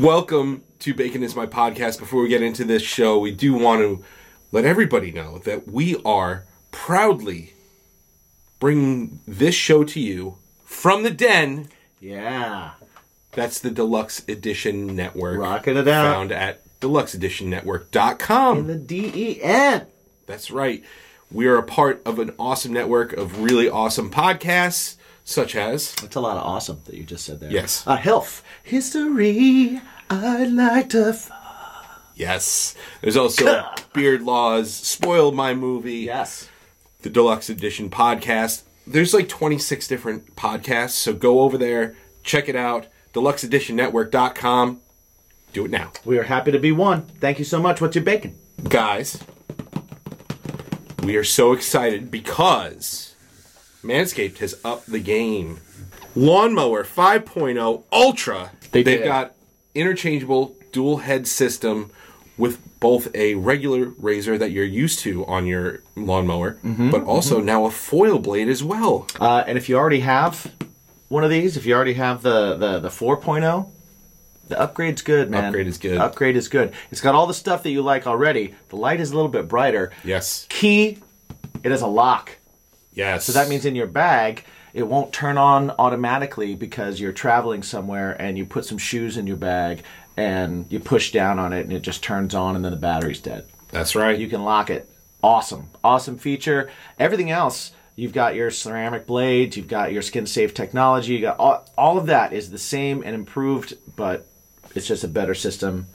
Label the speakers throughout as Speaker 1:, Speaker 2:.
Speaker 1: Welcome to Bacon is My Podcast. Before we get into this show, we do want to let everybody know that we are proudly bringing this show to you from the den.
Speaker 2: Yeah.
Speaker 1: That's the Deluxe Edition Network.
Speaker 2: Rocking it out.
Speaker 1: Found at deluxeeditionnetwork.com.
Speaker 2: In the E DEN.
Speaker 1: That's right. We are a part of an awesome network of really awesome podcasts, such as
Speaker 2: That's a lot of awesome that you just said there.
Speaker 1: Yes.
Speaker 2: Uh, health. History. I'd like to. F-
Speaker 1: yes. There's also Beard Laws, Spoiled My Movie,
Speaker 2: yes.
Speaker 1: the Deluxe Edition podcast. There's like 26 different podcasts, so go over there, check it out. DeluxeEditionNetwork.com. Do it now,
Speaker 2: We are happy to be one. Thank you so much. What's your bacon?
Speaker 1: guys. We are so excited because Manscaped has upped the game. Lawnmower 5.0 Ultra.
Speaker 2: They
Speaker 1: They've
Speaker 2: did.
Speaker 1: got interchangeable dual head system with both a regular razor that you're used to on your lawnmower,
Speaker 2: Mm-hmm.
Speaker 1: but also now a foil blade as well.
Speaker 2: Uh, and if you already have one of these, if you already have the, the, the 4.0, the upgrade's good, man.
Speaker 1: Upgrade is good.
Speaker 2: Upgrade is good. It's got all the stuff that you like already. The light is a little bit brighter.
Speaker 1: Yes.
Speaker 2: Key, it has a lock.
Speaker 1: Yes.
Speaker 2: So that means in your bag, it won't turn on automatically because you're traveling somewhere and you put some shoes in your bag and you push down on it and it just turns on and then the battery's dead.
Speaker 1: that's right.
Speaker 2: You can lock it. Awesome. Awesome feature. Everything else, you've got your ceramic blades, you've got your skin safe technology, you got all, all of that is the same and improved, but it's just a better system.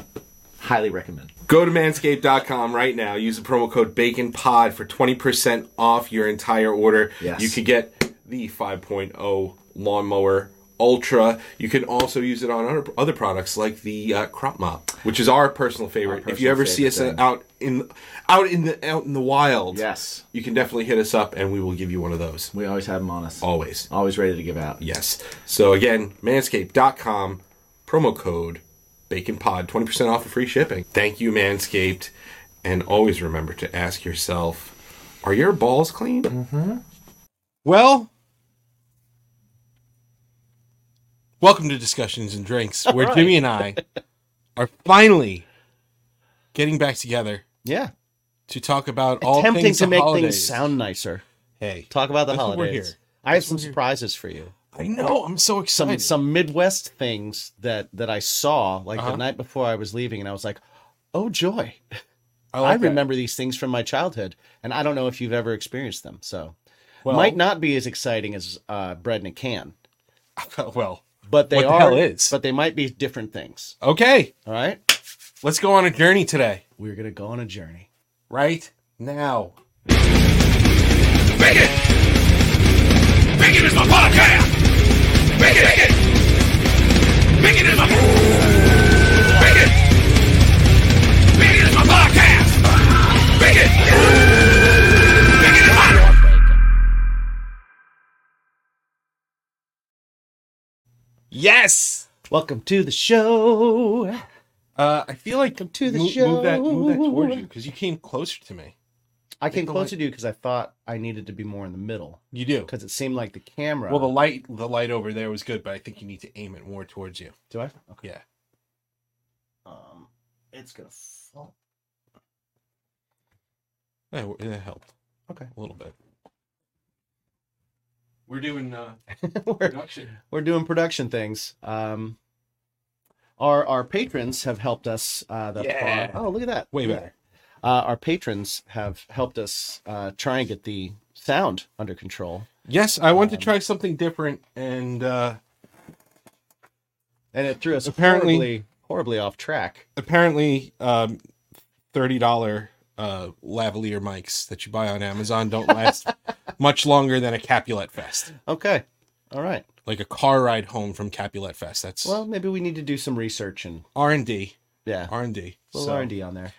Speaker 2: Highly recommend.
Speaker 1: Go to manscaped.com right now. Use the promo code BACONPOD for 20% off your entire order.
Speaker 2: Yes.
Speaker 1: You could get the 5.0 lawnmower ultra. You can also use it on other, other products like the uh, crop mop, which is our personal favorite. if you
Speaker 2: personal
Speaker 1: ever see
Speaker 2: favorite
Speaker 1: us
Speaker 2: thing.
Speaker 1: out in out in the out in the wild,
Speaker 2: Yes.
Speaker 1: you can definitely hit us up and we will give you one of those.
Speaker 2: We always have them on us.
Speaker 1: Always.
Speaker 2: Always ready to give out.
Speaker 1: Yes. So again, manscaped.com, promo code BaconPod, 20% off of free shipping. Thank you, Manscaped. And always remember to ask yourself are your balls clean? Mm-hmm. Well, welcome to Discussions and Drinks, where Jimmy and I are finally getting back together
Speaker 3: Yeah.
Speaker 1: to talk about all
Speaker 3: Attempting
Speaker 1: things
Speaker 3: to
Speaker 1: the
Speaker 3: make
Speaker 1: holidays.
Speaker 3: things sound nicer.
Speaker 1: Hey,
Speaker 3: Talk about the
Speaker 1: That's what we're
Speaker 3: holidays.
Speaker 1: here.
Speaker 3: I have some surprises for you.
Speaker 1: I know. I'm so
Speaker 3: Some
Speaker 1: excited.
Speaker 3: some Midwest things that that I saw like
Speaker 1: Uh-huh.
Speaker 3: the night before I was leaving, and I was like, "Oh joy! I
Speaker 1: like that.
Speaker 3: remember these things from my childhood, and I don't know if you've ever experienced them. So,
Speaker 1: Well-
Speaker 3: might not be as exciting as uh, bread in a can,
Speaker 1: well,
Speaker 3: but they
Speaker 1: What the
Speaker 3: are.
Speaker 1: hell is?
Speaker 3: But they might be different things.
Speaker 1: okay.
Speaker 3: All right,
Speaker 1: Let's go on a journey today.
Speaker 3: we're gonna go on a journey.
Speaker 1: right now.
Speaker 4: Bacon! Bacon is my podcast! Bacon! Bacon! Bacon is my... Bacon! Bacon is my podcast! Bacon! Bacon is my...
Speaker 1: Yes.
Speaker 3: Welcome to the show.
Speaker 1: Uh, I feel like
Speaker 3: Welcome to the
Speaker 1: mo- Move that, move that
Speaker 3: show.
Speaker 1: towards you because you came closer to me.
Speaker 3: I came
Speaker 1: the
Speaker 3: closer to you because I thought I needed to be more in the middle
Speaker 1: You do.
Speaker 3: because it seemed like the camera.
Speaker 1: Well, the light, the light over there was good, but I think you need to aim it more towards you.
Speaker 3: do I? Okay.
Speaker 1: Yeah.
Speaker 3: Um, it's gonna fall.
Speaker 1: That, w- that helped.
Speaker 3: Okay.
Speaker 1: A little bit. We're doing uh,
Speaker 3: we're,
Speaker 1: production.
Speaker 3: we're doing production things. Um, our our patrons have helped us. Uh, the
Speaker 1: Yeah.
Speaker 3: oh look at that
Speaker 1: Way
Speaker 3: Look at
Speaker 1: better.
Speaker 3: that. Uh, our patrons have helped us uh, try and get the sound under control,
Speaker 1: Yes, I want to try something different, and uh,
Speaker 3: and it threw us
Speaker 1: Apparently-
Speaker 3: horribly, horribly off track.
Speaker 1: apparently, um, thirty dollar uh, lavalier mics that you buy on Amazon don't last much longer than a Capulet Fest,
Speaker 3: Okay, all right.
Speaker 1: like a car ride home from Capulet Fest. That's
Speaker 3: Well, maybe we need to do some research and
Speaker 1: R and D,
Speaker 3: yeah,
Speaker 1: R and D.
Speaker 3: a little R and D on there.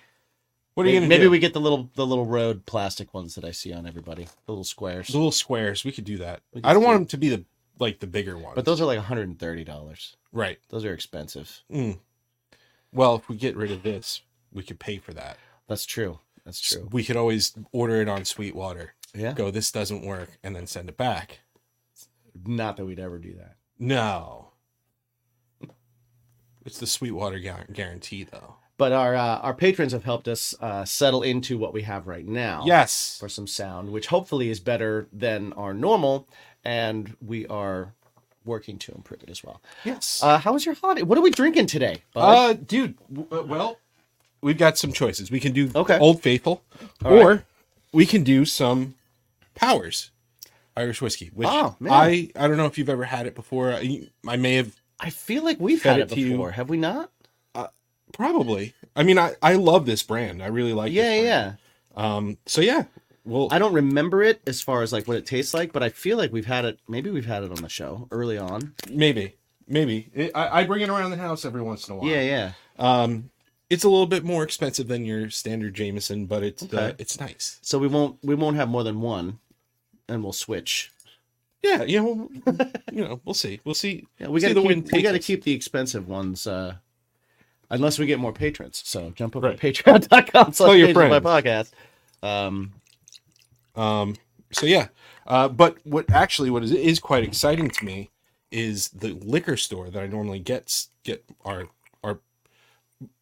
Speaker 1: What are you
Speaker 3: Maybe-
Speaker 1: gonna
Speaker 3: maybe
Speaker 1: do?
Speaker 3: we get the little the little road plastic ones that I see on everybody, the little squares.
Speaker 1: The little squares. We could do that.
Speaker 3: We could
Speaker 1: I don't
Speaker 3: do-
Speaker 1: want them to be the like the bigger ones.
Speaker 3: But those are like one hundred and thirty dollars.
Speaker 1: right.
Speaker 3: Those are expensive.
Speaker 1: Mm. Well, if we get rid of this, we could pay for that.
Speaker 3: That's true. That's true.
Speaker 1: We could always order it on Sweetwater.
Speaker 3: Yeah.
Speaker 1: Go. This doesn't work, and then send it back.
Speaker 3: Not that we'd ever do that.
Speaker 1: No. It's the Sweetwater guar- guarantee, though.
Speaker 3: But our uh, our patrons have helped us uh, settle into what we have right now.
Speaker 1: Yes.
Speaker 3: for some sound, which hopefully is better than our normal, and we are working to improve it as well.
Speaker 1: Yes.
Speaker 3: Uh, how was your holiday? What are we drinking today? bud?
Speaker 1: Uh, dude. w- uh, Well, we've got some choices. We can do
Speaker 3: Okay.
Speaker 1: Old Faithful, or we can do some Powers Irish whiskey. Which
Speaker 3: Oh, man.
Speaker 1: I I don't know if you've ever had it before. I, I may have
Speaker 3: I feel like we've
Speaker 1: fed
Speaker 3: had
Speaker 1: it
Speaker 3: it
Speaker 1: to you.
Speaker 3: before, have we not?
Speaker 1: probably. I mean, I I love this brand. I really like.
Speaker 3: Yeah,
Speaker 1: this
Speaker 3: yeah.
Speaker 1: brand. Um. So yeah. Well,
Speaker 3: I don't remember it as far as like what it tastes like, but I feel like we've had it. Maybe we've had it on the show early on.
Speaker 1: maybe maybe It- I, I bring it around the house every once in a while.
Speaker 3: Yeah, yeah.
Speaker 1: It's a little bit more expensive than your standard Jameson, but it's uh,
Speaker 3: Okay.
Speaker 1: it's nice.
Speaker 3: So we won't we won't have more than one, and we'll switch.
Speaker 1: Yeah, you know, you know, we'll see, we'll see.
Speaker 3: Yeah, we
Speaker 1: see
Speaker 3: gotta
Speaker 1: wind
Speaker 3: keep, we
Speaker 1: take
Speaker 3: gotta
Speaker 1: us.
Speaker 3: keep the expensive ones. Uh, unless we get more patrons, so jump over
Speaker 1: Right.
Speaker 3: to patreon.com slash
Speaker 1: your
Speaker 3: Patrons by
Speaker 1: friends.
Speaker 3: podcast. Um,
Speaker 1: Um, so yeah, uh, but what actually what is is quite exciting to me is the liquor store that I normally get get our our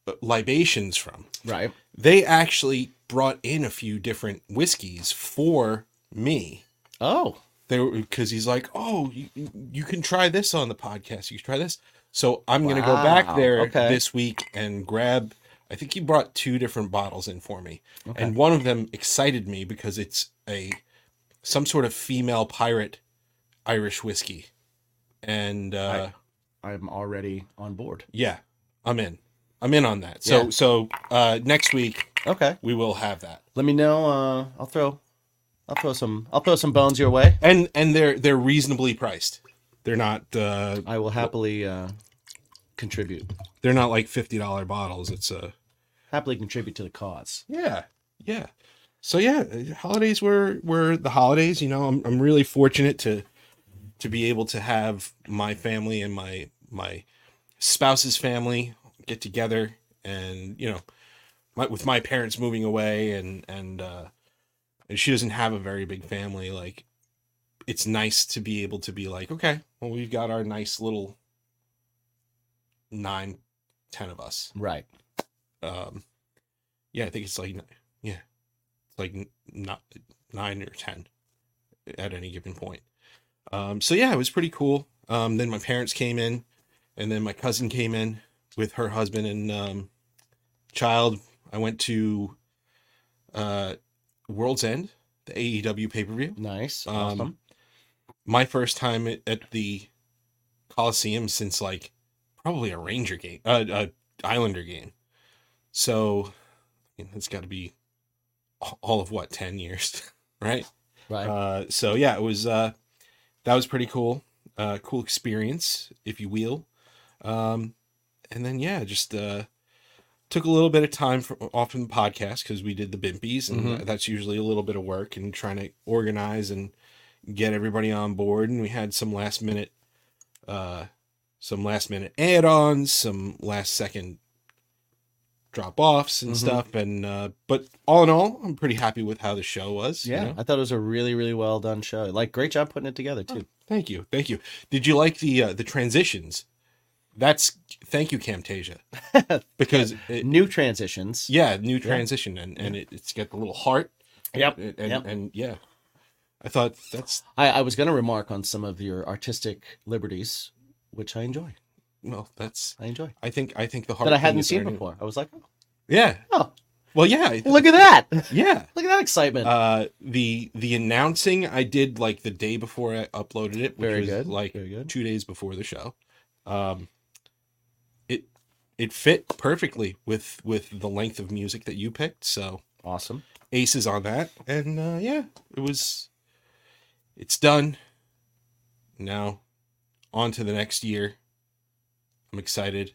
Speaker 1: uh, libations from.
Speaker 3: right.
Speaker 1: They actually brought in a few different whiskeys for me.
Speaker 3: Oh,
Speaker 1: They because he's like, oh, you, you can try this on the podcast. You can try this. So I'm gonna go back
Speaker 3: Wow,
Speaker 1: there
Speaker 3: okay.
Speaker 1: this week and grab. I think he brought two different bottles in for me, and one of them excited me because it's a some sort of female pirate Irish whiskey, and uh,
Speaker 3: I'm already on board.
Speaker 1: yeah, I'm in. I'm in on that. So
Speaker 3: Yeah.
Speaker 1: so uh, next week
Speaker 3: Okay.
Speaker 1: we will have that.
Speaker 3: Let me know. Uh, I'll throw, I'll throw some, I'll throw some bones your way.
Speaker 1: And and they're they're reasonably priced. They're not uh,
Speaker 3: I will happily uh, contribute.
Speaker 1: they're not like fifty dollar bottles. It's a
Speaker 3: Happily contribute to the cause.
Speaker 1: Yeah, yeah. So yeah, uh, holidays were were the holidays. You know, I'm I'm really fortunate to to be able to have my family and my my spouse's family get together, and you know, my, with my parents moving away, and and uh, and she doesn't have a very big family. Like, it's nice to be able to be like, okay, well, we've got our nice little nine, ten of us
Speaker 3: Right.
Speaker 1: um yeah i think it's like yeah it's like n- not nine or ten at any given point um so yeah it was pretty cool um then my parents came in and then my cousin came in with her husband and um child i went to uh world's end the aew pay-per-view
Speaker 3: Nice.
Speaker 1: Um,
Speaker 3: awesome.
Speaker 1: my first time at, at the Coliseum since like probably a Ranger game, uh, a Islander game. So you know, it's got to be a- all of what ten years, right?
Speaker 3: Right.
Speaker 1: Uh, so yeah, it was uh, that was pretty cool, uh, cool experience, if you will. Um, and then yeah, just uh, took a little bit of time from, off from the podcast because we did the bimpies, and that's usually a little bit of work and trying to organize and get everybody on board. And we had some last minute, uh, some last minute add-ons, some last second drop-offs and stuff and uh but all in all i'm pretty happy with how the show was you
Speaker 3: yeah.
Speaker 1: know?
Speaker 3: I thought it was a really, really well done show. Like, great job putting it together too.
Speaker 1: Thank you, thank you. Did you like the uh, the transitions? That's thank you, Camtasia, because it,
Speaker 3: New transitions.
Speaker 1: yeah, new transition and and it, it's got the little heart.
Speaker 3: Yep.
Speaker 1: And, and,
Speaker 3: Yep.
Speaker 1: and yeah, I thought that's
Speaker 3: I, I was going to remark on some of your artistic liberties, which I enjoy.
Speaker 1: well, that's
Speaker 3: I enjoy
Speaker 1: I think I think the heart
Speaker 3: that I
Speaker 1: thing
Speaker 3: hadn't
Speaker 1: is
Speaker 3: seen
Speaker 1: our new-
Speaker 3: before. I was like,
Speaker 1: Yeah,
Speaker 3: oh,
Speaker 1: well, yeah, I-
Speaker 3: look at that! look
Speaker 1: yeah.
Speaker 3: at that excitement.
Speaker 1: Uh, the the announcing I did like the day before I uploaded it, which
Speaker 3: Very
Speaker 1: was
Speaker 3: good,
Speaker 1: like
Speaker 3: very good.
Speaker 1: two days before the show. Um, it it fit perfectly with with the length of music that you picked, so
Speaker 3: awesome.
Speaker 1: aces on that. And uh, yeah, it was it's done. Now on to the next year. I'm excited.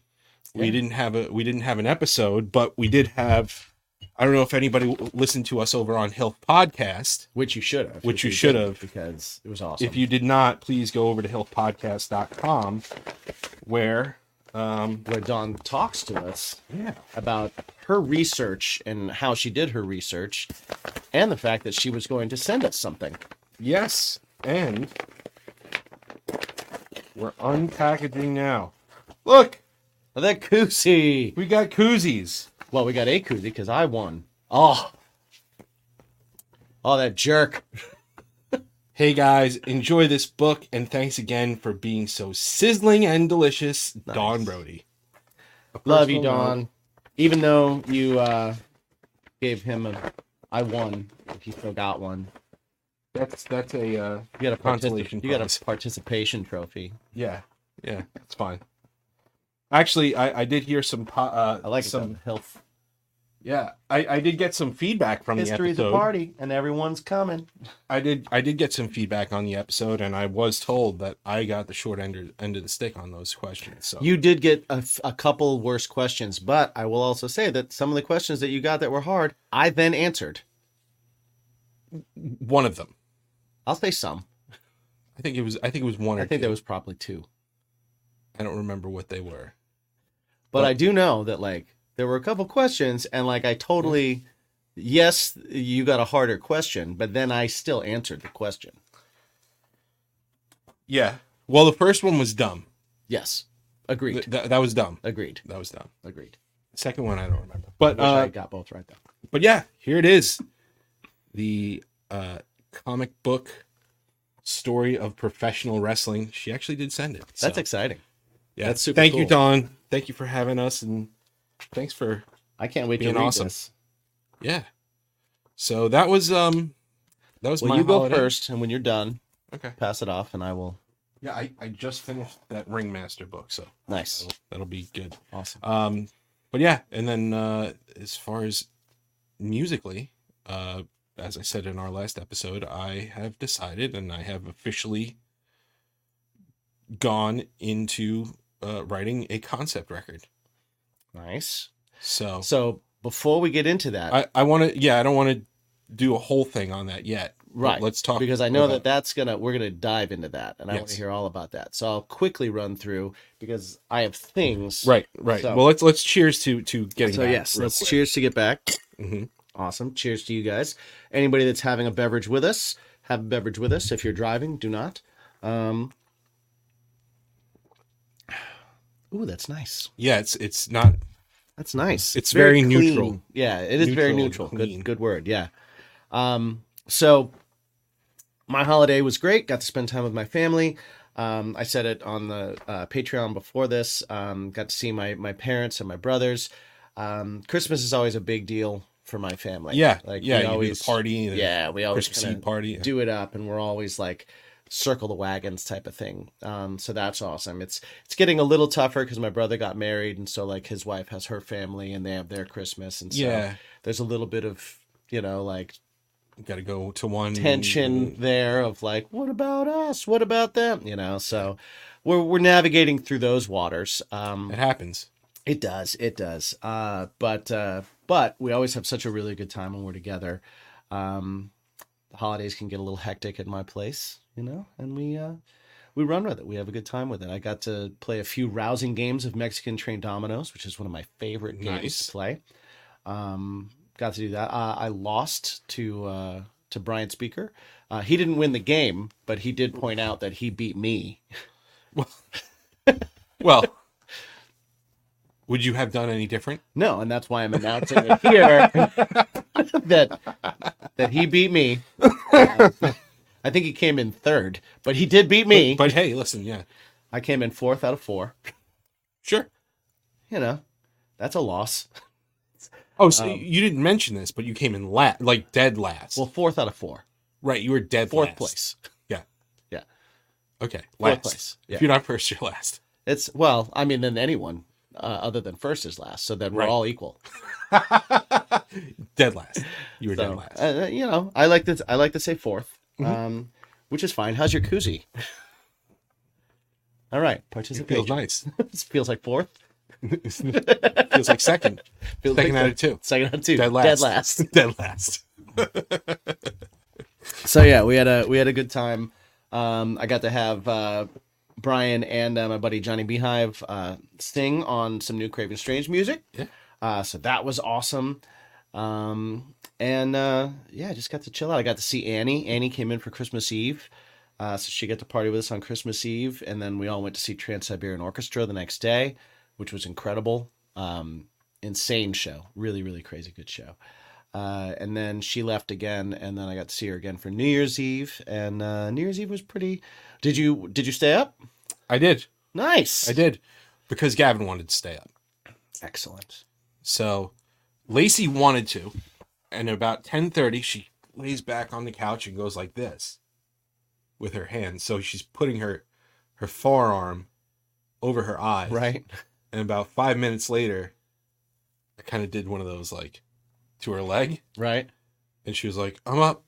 Speaker 1: We
Speaker 3: Yeah.
Speaker 1: didn't have a we didn't have an episode, but we did have. I don't know if anybody w- listened to us over on Health Podcast.
Speaker 3: Which you should have.
Speaker 1: Which
Speaker 3: if
Speaker 1: you should
Speaker 3: didn't,
Speaker 1: have.
Speaker 3: because it was awesome.
Speaker 1: If you did not, please go over to hillpodcast.com where um
Speaker 3: where Dawn talks to us
Speaker 1: yeah.
Speaker 3: about her research and how she did her research, and the fact that she was going to send us something.
Speaker 1: Yes, and we're unpackaging now. Look,
Speaker 3: The koozie.
Speaker 1: We got koozies.
Speaker 3: Well, we got a koozie because I won. Oh. Oh, that jerk.
Speaker 1: Hey guys, enjoy this book and thanks again for being so sizzling and delicious, Don Brody.
Speaker 3: Love you, Don. Even though you uh, gave him a, I won. If he still got one,
Speaker 1: That's that's a uh,
Speaker 3: you got a
Speaker 1: Consolation
Speaker 3: particip- You got
Speaker 1: prize.
Speaker 3: a participation trophy.
Speaker 1: yeah yeah it's fine. Actually, I I did hear some po- uh,
Speaker 3: I like it,
Speaker 1: some
Speaker 3: though. health.
Speaker 1: yeah I I did get some feedback from
Speaker 3: History's
Speaker 1: the
Speaker 3: a
Speaker 1: episode.
Speaker 3: party, and everyone's coming.
Speaker 1: I did I did get some feedback on the episode, and I was told that I got the short end end of the stick on those questions. So
Speaker 3: You did get a, f- a couple worse questions, but I will also say that some of the questions that you got that were hard, I then answered.
Speaker 1: one of them,
Speaker 3: I'll say some.
Speaker 1: I think it was I think it was one or
Speaker 3: I think
Speaker 1: two.
Speaker 3: there was probably two,
Speaker 1: I don't remember what they were.
Speaker 3: but I do know that like there were a couple questions, and like I totally, yes, you got a harder question, but then I still answered the question.
Speaker 1: Yeah. Well, the first one was dumb.
Speaker 3: Yes, agreed.
Speaker 1: Th- th- that was dumb.
Speaker 3: Agreed.
Speaker 1: That was dumb.
Speaker 3: Agreed.
Speaker 1: Second one I don't remember. But
Speaker 3: Wish I
Speaker 1: uh,
Speaker 3: got both right though.
Speaker 1: but yeah, here it is. The uh, comic book story of professional wrestling. She actually did send it.
Speaker 3: That's
Speaker 1: so,
Speaker 3: exciting.
Speaker 1: yeah.
Speaker 3: that's super
Speaker 1: Thank you,
Speaker 3: cool.
Speaker 1: Don. Thank you for having us, and thanks for
Speaker 3: I can't wait
Speaker 1: being
Speaker 3: to read
Speaker 1: awesome.
Speaker 3: this.
Speaker 1: Yeah. So that was um that was
Speaker 3: Well,
Speaker 1: my
Speaker 3: you go
Speaker 1: holiday.
Speaker 3: first, and when you're done,
Speaker 1: Okay.
Speaker 3: pass it off, and I will.
Speaker 1: Yeah, I, I just finished that Ringmaster book, so
Speaker 3: Nice,
Speaker 1: that'll, that'll be good.
Speaker 3: awesome.
Speaker 1: Um but yeah, and then uh as far as musically, uh as I said in our last episode, I have decided and I have officially gone into uh writing a concept record.
Speaker 3: Nice.
Speaker 1: So
Speaker 3: So before we get into that,
Speaker 1: Oh. I I want to yeah, I don't want to do a whole thing on that yet. but
Speaker 3: right?
Speaker 1: Let's talk
Speaker 3: because I know
Speaker 1: about-
Speaker 3: that that's gonna we're gonna dive into that, and I want
Speaker 1: Yes.
Speaker 3: to hear all about that. So I'll quickly run through because I have things.
Speaker 1: Right, right.
Speaker 3: So-
Speaker 1: well, let's let's cheers to to getting.
Speaker 3: So
Speaker 1: back
Speaker 3: yes,
Speaker 1: real
Speaker 3: let's
Speaker 1: quick.
Speaker 3: cheers to get back.
Speaker 1: Mhm.
Speaker 3: Awesome. Cheers to you guys. Anybody that's having a beverage with us, have a beverage with us. If you're driving, do not. Um, ooh, that's nice.
Speaker 1: Yeah, it's it's not.
Speaker 3: That's nice.
Speaker 1: It's very neutral.
Speaker 3: clean. Yeah, it is very
Speaker 1: Neutral
Speaker 3: neutral.
Speaker 1: and clean.
Speaker 3: Good, good word. Yeah. Um, so my holiday was great. Got to spend time with my family. Um, I said it on the uh, Patreon before this. Um, got to see my my parents and my brothers. Um, Christmas is always a big deal for my family.
Speaker 1: Yeah,
Speaker 3: like
Speaker 1: yeah.
Speaker 3: we
Speaker 1: You
Speaker 3: always
Speaker 1: always, do the party. The
Speaker 3: yeah, we always
Speaker 1: Christmas
Speaker 3: kinda
Speaker 1: Eve party. yeah.
Speaker 3: do it up, and we're always like circle the wagons type of thing. Um, so that's awesome. It's it's getting a little tougher because my brother got married, and so like his wife has her family, and they have their Christmas, and so
Speaker 1: yeah,
Speaker 3: there's a little bit of you know like
Speaker 1: got to go to one mm.
Speaker 3: tension there of like what about us what about them you know so we're we're navigating through those waters um
Speaker 1: It happens.
Speaker 3: it does. It does. Uh, but uh, but we always have such a really good time when we're together. Um, the holidays can get a little hectic at my place, you know, and we uh, we run with it. We have a good time with it. I got to play a few rousing games of Mexican trained dominoes, which is one of my favorite games
Speaker 1: Nice.
Speaker 3: to play. Um, got to do that. Uh, I lost to uh, to Brian Speaker. Uh, he didn't win the game, but he did point out that he beat me.
Speaker 1: Well, would you have done any different?
Speaker 3: No, and that's why I'm announcing it here that that he beat me. Um, I think he came in third, but he did beat me.
Speaker 1: But hey, listen, yeah,
Speaker 3: I came in fourth out of four.
Speaker 1: sure.
Speaker 3: You know, that's a loss.
Speaker 1: Oh, so you didn't mention this, but you came in last, like dead last.
Speaker 3: Um, Well, fourth out of four.
Speaker 1: right, you were dead
Speaker 3: Fourth
Speaker 1: last.
Speaker 3: place.
Speaker 1: Yeah.
Speaker 3: Yeah.
Speaker 1: Okay, last.
Speaker 3: place, yeah.
Speaker 1: If you're not first, you're last.
Speaker 3: It's well, I mean, then anyone uh, other than first is last. So then we're
Speaker 1: Right.
Speaker 3: all equal.
Speaker 1: Dead last. You were
Speaker 3: So,
Speaker 1: dead last. Mm-hmm.
Speaker 3: uh, you know, I like to I like to say 4th um, which is fine. How's your koozie? all right,
Speaker 1: It
Speaker 3: participate.
Speaker 1: feels nice.
Speaker 3: This feels like fourth.
Speaker 1: feels like second.
Speaker 3: Feels
Speaker 1: Second
Speaker 3: like
Speaker 1: out of two.
Speaker 3: Second out of two.
Speaker 1: Dead last.
Speaker 3: Dead last.
Speaker 1: dead last.
Speaker 3: so yeah, we had a we had a good time. Um, I got to have uh, Brian and uh, my buddy Johnny Beehive uh, sing on some new Craven Strange music.
Speaker 1: Yeah.
Speaker 3: Uh, so that was awesome. Um, and uh, yeah, I just got to chill out. I got to see Annie. Annie came in for Christmas Eve. Uh, so she got to party with us on Christmas Eve, and then we all went to see Trans Siberian Orchestra the next day. which was incredible. Um, insane show, really, really crazy good show. Uh, and then she left again, and then I got to see her again for New Year's Eve, and uh, New Year's Eve was pretty. Did you did you stay up?
Speaker 1: I did.
Speaker 3: Nice.
Speaker 1: I did because Gavin wanted to stay up.
Speaker 3: Excellent.
Speaker 1: So Lacey wanted to, and about ten thirty, she lays back on the couch and goes like this, with her hand. So she's putting her her forearm over her eyes.
Speaker 3: Right.
Speaker 1: And about five minutes later, I kind of did one of those like to her leg,
Speaker 3: Right.
Speaker 1: and she was like, "I'm up."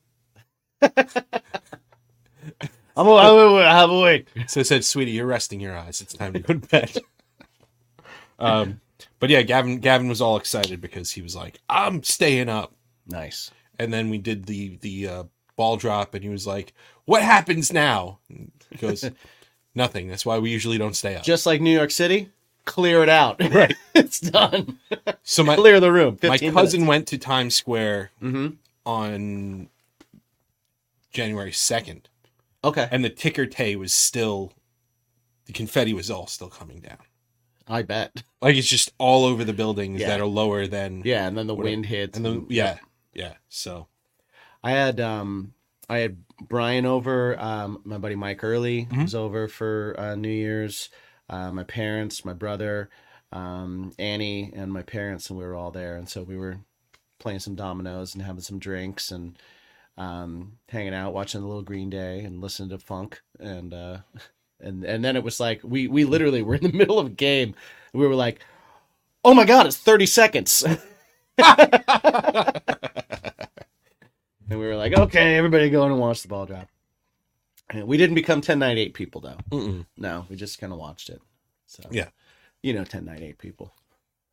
Speaker 3: I'm awake. I'm awake.
Speaker 1: So I said, "Sweetie, you're resting your eyes. It's time to go to bed." um, but yeah, Gavin Gavin was all excited because he was like, "I'm staying up."
Speaker 3: Nice.
Speaker 1: and then we did the the uh, ball drop, and he was like, "What happens now?" And he goes, "Nothing." That's why we usually don't stay up.
Speaker 3: Just like New York City, clear it out.
Speaker 1: Right.
Speaker 3: it's done.
Speaker 1: so my
Speaker 3: clear the room.
Speaker 1: my
Speaker 3: 15
Speaker 1: cousin went to Times Square
Speaker 3: Mhm.
Speaker 1: on January second,
Speaker 3: Okay.
Speaker 1: and the ticker tay was still the confetti was all still coming down.
Speaker 3: I bet.
Speaker 1: Like it's just all over the buildings
Speaker 3: Yeah.
Speaker 1: that are lower than
Speaker 3: Yeah, and then the
Speaker 1: Whatever.
Speaker 3: wind hits.
Speaker 1: and the yeah yeah. So
Speaker 3: I had um I had Brian over, um my buddy Mike Early was over for uh, New Year's. Uh, my parents, my brother, um, Annie, and my parents, and we were all there. And so we were playing some dominoes and having some drinks and um, hanging out, watching a little Green Day and listening to funk. And uh, and and then it was like we we literally were in the middle of a game. We were like, "Oh my god, it's thirty seconds." And we were like, okay, everybody go in and watch the ball drop. And we didn't become 1098 people, though.
Speaker 1: mm-mm.
Speaker 3: No, we just kind of watched it. So,
Speaker 1: Yeah.
Speaker 3: You know, 1098 people.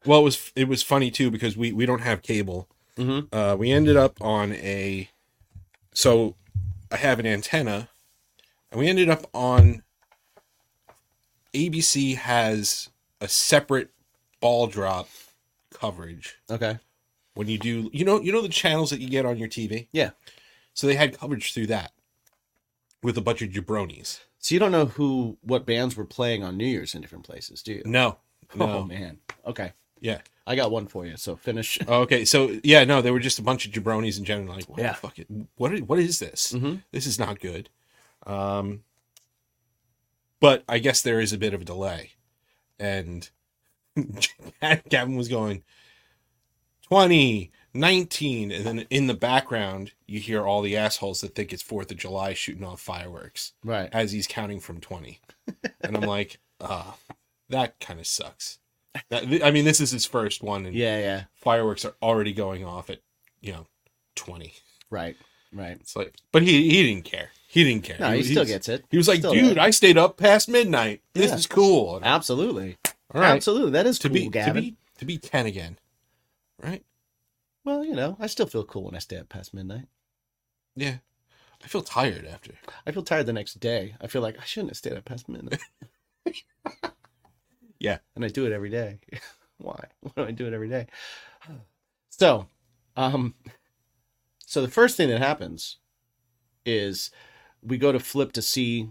Speaker 1: well, it was it was funny too because we we don't have cable.
Speaker 3: Mm-hmm.
Speaker 1: uh, we ended up on a so i have an antenna and we ended up on abc has a separate ball drop coverage
Speaker 3: Okay.
Speaker 1: when you do you know you know the channels that you get on your tv
Speaker 3: Yeah.
Speaker 1: so they had coverage through that with a bunch of jabronis
Speaker 3: So you don't know who, what bands were playing on New Year's in different places, do you?
Speaker 1: no no
Speaker 3: Oh, man. Okay.
Speaker 1: yeah
Speaker 3: I got one for you. So finish.
Speaker 1: Oh, okay so yeah no they were just a bunch of jabronis in general like what
Speaker 3: Yeah.
Speaker 1: the fuck is, what is, what is this
Speaker 3: Mhm.
Speaker 1: this is not good. Um, but I guess there is a bit of a delay. And Gavin was going 20, 19. And then in the background, you hear all the assholes that think it's 4th of July shooting off fireworks
Speaker 3: Right.
Speaker 1: as he's counting from 20. And I'm like, uh, that kind of sucks. That, I mean, this is his first one, and
Speaker 3: Yeah, yeah.
Speaker 1: fireworks are already going off at, you know, 20.
Speaker 3: Right. Right.
Speaker 1: It's like, but he he didn't care. He didn't care.
Speaker 3: No, he
Speaker 1: was-
Speaker 3: still
Speaker 1: he's-
Speaker 3: gets it.
Speaker 1: He was like,
Speaker 3: Still
Speaker 1: dude,
Speaker 3: did.
Speaker 1: I stayed up past midnight. This
Speaker 3: Yeah.
Speaker 1: is cool. And,
Speaker 3: Absolutely.
Speaker 1: all right,
Speaker 3: Absolutely. That is
Speaker 1: to
Speaker 3: cool,
Speaker 1: be
Speaker 3: Gavin.
Speaker 1: to be to be ten again, right?
Speaker 3: Well, you know, I still feel cool when I stay up past midnight.
Speaker 1: Yeah, I feel tired after.
Speaker 3: I feel tired the next day. I feel like I shouldn't have stayed up past midnight.
Speaker 1: Yeah.
Speaker 3: And I do it every day. Why? Why do I do it every day? So, um so the first thing that happens is we go to flip to see